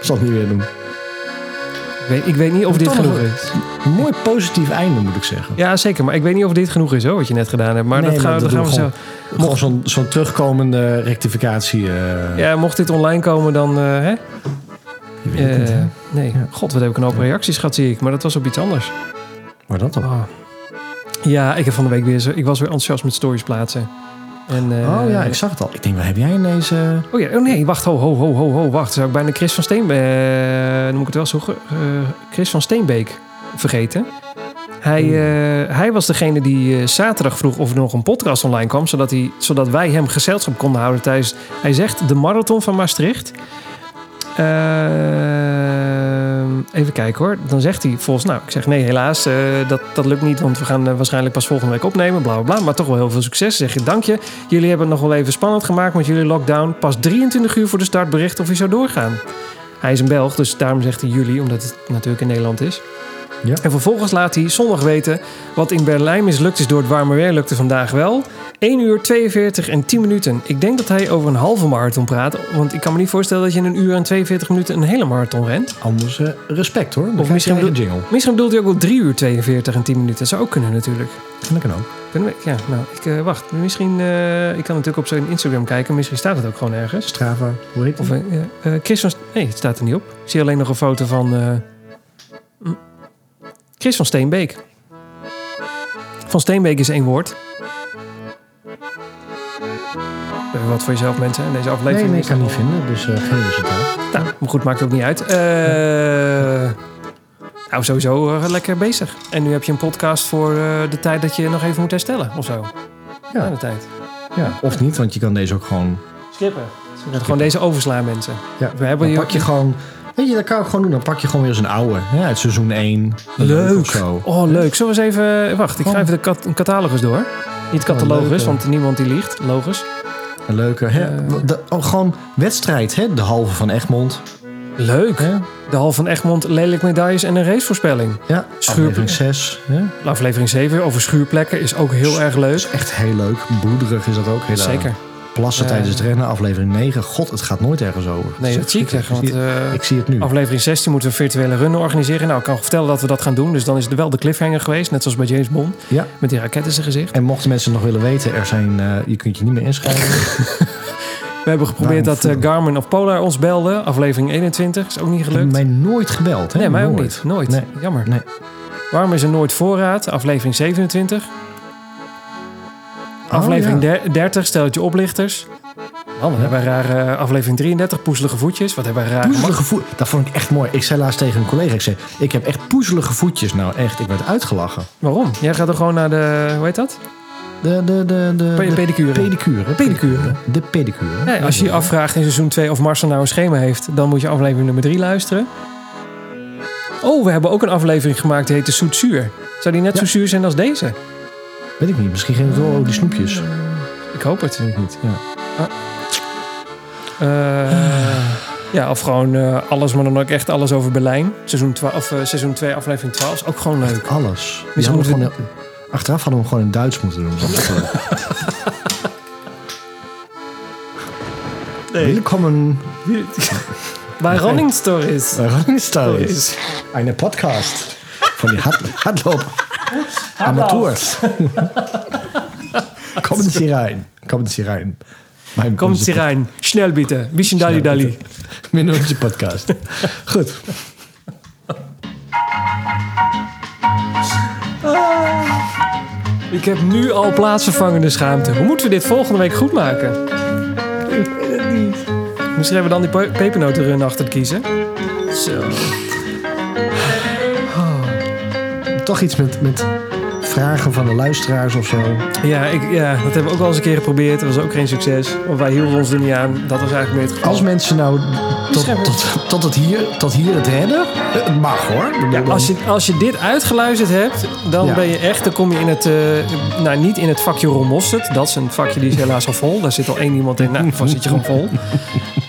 zal het niet weer doen.
ik weet, ik weet niet of dit
Toch nog
genoeg
een-
is.
Een mooi positief einde moet ik zeggen.
Ja, zeker. Maar ik weet niet of dit genoeg is, hoor, wat je net gedaan hebt. Maar
Nee,
dat gaan, we- dat
doen
gaan we zo...
gewoon, Gewoon zo'n zo'n terugkomende rectificatie. eh,
Ja, mocht dit online komen, dan... eh, hè?
je weet het niet,
Eh,
hè?
nee. God, wat heb ik een hoop reacties gehad, zie ik. Maar dat was op iets anders.
Maar dat dan?
eh, Ja, ik heb van de week weer zo... Ik was weer enthousiast met stories plaatsen. En, eh,
oh ja, ik zag het al. Ik denk, waar heb jij ineens... eh,
Oh ja, oh nee, wacht, ho, ho, ho, ho, ho, wacht. Zou ik bijna Chris van Steen... eh noem ik het wel zo? eh, Chris van Steenbeek vergeten. Hij,
Hmm.
eh, hij was degene die eh, zaterdag vroeg of er nog een podcast online kwam... Zodat, hij, zodat wij hem gezelschap konden houden tijdens... Hij zegt de marathon van Maastricht... Ehm, even kijken hoor. Dan zegt hij volgens... Nou, ik zeg nee, helaas, eh, dat, dat lukt niet... want we gaan eh, waarschijnlijk pas volgende week opnemen, bla, bla, bla. Maar toch wel heel veel succes. Zeg je dank je. Jullie hebben het nog wel even spannend gemaakt met jullie lockdown. Pas 23 uur voor de start bericht of je zou doorgaan. Hij is een Belg, dus daarom zegt hij jullie, omdat het natuurlijk in Nederland is.
Ja.
En vervolgens laat hij zondag weten wat in Berlijn mislukt is door het warme weer, lukte vandaag wel. 1 uur 42 en 10 minuten. Ik denk dat hij over een halve marathon praat. Want ik kan me niet voorstellen dat je in een uur en 42 minuten een hele marathon rent.
Anders eh, respect hoor. Dan
Of
of
misschien
misschien een
bedoel-
jingle.
Misschien bedoelt hij ook wel 3 uur 42 en 10 minuten. Dat zou ook kunnen natuurlijk.
Dat kan ook.
Kunnen we, ja, nou, ik, eh, wacht. Misschien, eh, ik kan natuurlijk op zijn Instagram kijken. Misschien staat het ook gewoon ergens.
Strava, hoe heet
Of,
het?
eh eh, Chris van... Nee, het staat er niet op. Ik zie alleen nog een foto van... eh, hm. Chris van Steenbeek. Van Steenbeek is één woord. Eh, Wat voor jezelf, mensen, in deze
Nee,
aflevering.
nee, ik
is
kan
dat-
niet vinden. Dus eh, geen resultaat.
Nou, maar goed, maakt ook niet uit. Eh, nou, sowieso eh, lekker bezig. En nu heb je een podcast voor eh, de tijd dat je nog even moet herstellen, of zo.
Ja.
Na de tijd.
Ja, of niet, want je kan deze ook gewoon...
Skippen. Gewoon deze overslaan, mensen.
Ja,
We hebben
dan
hier-
pak je gewoon... Weet je, dat kan ik ook gewoon doen. Dan pak je gewoon weer eens een oude. Hè, uit seizoen 1. Of zo.
Oh, leuk. Zullen we eens even... Wacht, ik ga
Oh.
even de kat- een catalogus door. Niet
Oh, leuk,
catalogus,
hè.
want niemand die liegt. Logus.
Een leuke. Hè,
Eh.
de- oh, gewoon wedstrijd. Hè, de halve van Egmond.
Leuk.
Hè?
De hal van Egmond, lelijk medailles en een racevoorspelling.
Ja,
Schuur-
aflevering 6. Hè?
Aflevering 7 over schuurplekken is ook heel erg leuk.
Echt heel leuk. Bloederig is dat ook. Heel
Zeker.
Plassen
Eh.
tijdens het rennen, aflevering 9. God, het gaat nooit ergens over. Het
Nee,
is
dat
echt
zie ik
schrikkelijk.
zeggen. Want eh,
zie- ik zie het nu.
aflevering 16 moeten we virtuele runnen organiseren. Nou, ik kan vertellen dat we dat gaan doen. Dus dan is het wel de cliffhanger geweest. Net zoals bij James Bond.
Ja.
Met die raket in zijn gezicht.
En mochten mensen nog willen weten, er zijn, eh, je kunt je niet meer inschrijven.
We hebben geprobeerd
Daarom
dat eh,
voelen. Garmin
Garmin of Polar ons belde. Aflevering 21. Is ook niet gelukt.
Hebben mij nooit gebeld. Hè?
Nee, mij ook
Oh, Nooit.
niet. Nooit.
Nee.
Jammer.
Nee.
Waarom is er nooit voorraad? Aflevering 27. aflevering
Oh, ja.
der- 30, stel het je oplichters. Man, we hebben rare aflevering 33, poezelige voetjes. Wat hebben we rare...
Poezelige voet. Dat vond ik echt mooi. Ik zei laatst tegen een collega, ik zei, ik heb echt poezelige voetjes. Nou echt, ik werd uitgelachen.
Waarom? Jij gaat er gewoon naar de... Hoe heet dat?
De, de, de, de,
Pe-
Eh, de
pedicure.
pedicure.
Pedicure.
De pedicure.
Nee, als je je afvraagt in seizoen 2 of Marcel nou een schema heeft... dan moet je aflevering nummer 3 luisteren. Oh, we hebben ook een aflevering gemaakt die heette Zoet Zuur. Zou die net
Ja.
zo zuur zijn als deze?
Weet ik niet, misschien ging het wel over die snoepjes.
Ik hoop het.
Weet ik niet, ja.
Eh, ja, of gewoon eh, alles, maar dan ook echt alles over Berlijn. Seizoen, 12, of, eh, seizoen 2, aflevering 12 is ook gewoon leuk.
Alles. Die
Dus
hadden we
moeten
gewoon- Achteraf hadden we hem gewoon in Duits moeten doen. Dat was leuk. Willkommen
Bij Running Stories.
bei Rolling Stories. Eine Podcast von die Had- Hadlob Amateurs. Kommen Sie rein. Kommen Sie rein. Mein
Komt
unser
sie rein. Snel bitte. Bisschen dali dali.
Pod- Mein unser Podcast. Goed.
Ik heb nu al plaatsvervangende schaamte. Hoe moeten we dit volgende week goed maken? Ik weet het niet. Misschien hebben we dan die pe- pepernotenrun achter te kiezen. Zo.
Toch iets met, met vragen van de luisteraars of zo.
Ja, ik, ja, dat hebben we ook al eens een keer geprobeerd. Dat was ook geen succes. Want wij hielden ons er niet aan. Dat was eigenlijk meer het geval.
Als mensen nou
Schrijf
tot,
het.
tot, tot, het hier, tot hier het redden, het mag hoor. Ik bedoel
Ja,
dan-
als, je, als je dit uitgeluisterd hebt, dan
Ja.
ben je echt, dan kom je in het, eh, nou niet in het vakje rommosterd. Dat is een vakje die is helaas al vol. Daar zit al één iemand in, nou, vast zit je gewoon vol.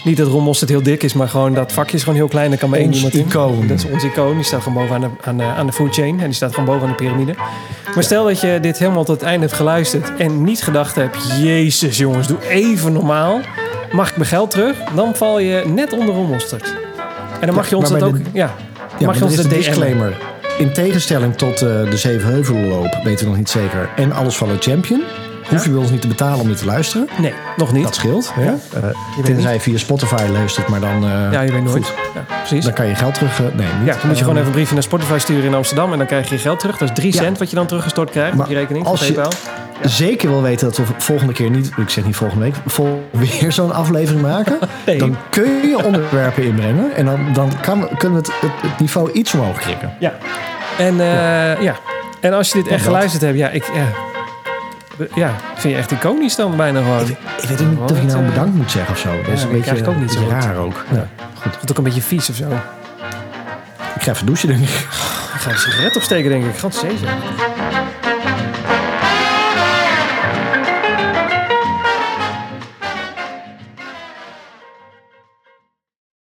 niet dat rommosterd heel dik is, maar gewoon dat vakje is gewoon heel klein. Daar kan maar één
Ons
iemand in.
icoon.
Dat is ons icoon. Die staat gewoon boven aan de, aan, de, aan de food chain. En die staat gewoon boven aan de piramide. Maar stel dat je dit helemaal tot het einde hebt geluisterd en niet gedacht hebt, jezus jongens, doe even normaal. Mag ik mijn geld terug? Dan val je net onder rommosterd. En dan mag je ons
maar
dat ook...
bij
ja,
Ja,
mag je
maar
ons
er
de
is een
DM'en.
disclaimer. In tegenstelling tot eh de Zevenheuvelenloop, weten we nog niet zeker, en Alles van de Champion, hoef je bij ons niet te betalen om dit te luisteren.
Nee, nog niet.
Dat scheelt. Hè? Eh,
weet
tenzij je via Spotify luistert, maar dan, eh,
ja, je weet nooit.
goed,
Ja, precies.
dan kan je geld terug... eh, nee, niet.
ja, dan moet je gewoon
Eh,
even een briefje naar Spotify sturen in Amsterdam en dan krijg je je geld terug. Dat is 3
Ja.
cent wat je dan teruggestort krijgt op
Maar
je rekening
als
van
je-
PayPal.
Zeker wil weten dat we volgende keer niet, ik zeg niet volgende week, vol weer zo'n aflevering maken.
Nee.
Dan kun je onderwerpen inbrengen en dan, dan kan, kunnen we het, het, het niveau iets omhoog krikken.
Ja. En, eh, ja. en als je dit echt
dat.
geluisterd hebt, ja, ik... Ja. Ja, vind je echt iconisch dan bijna gewoon.
Ik weet ook niet of je nou
eh,
bedankt moet zeggen of zo. Dat is
ja,
een
dat
beetje,
krijg ik ook niet zo
beetje
goed.
raar ook. Ja. Goed.
Voelt ook een beetje vies of zo.
Ik ga even douchen, denk ik.
Ik ga een sigaret opsteken, denk ik. Ganseetje.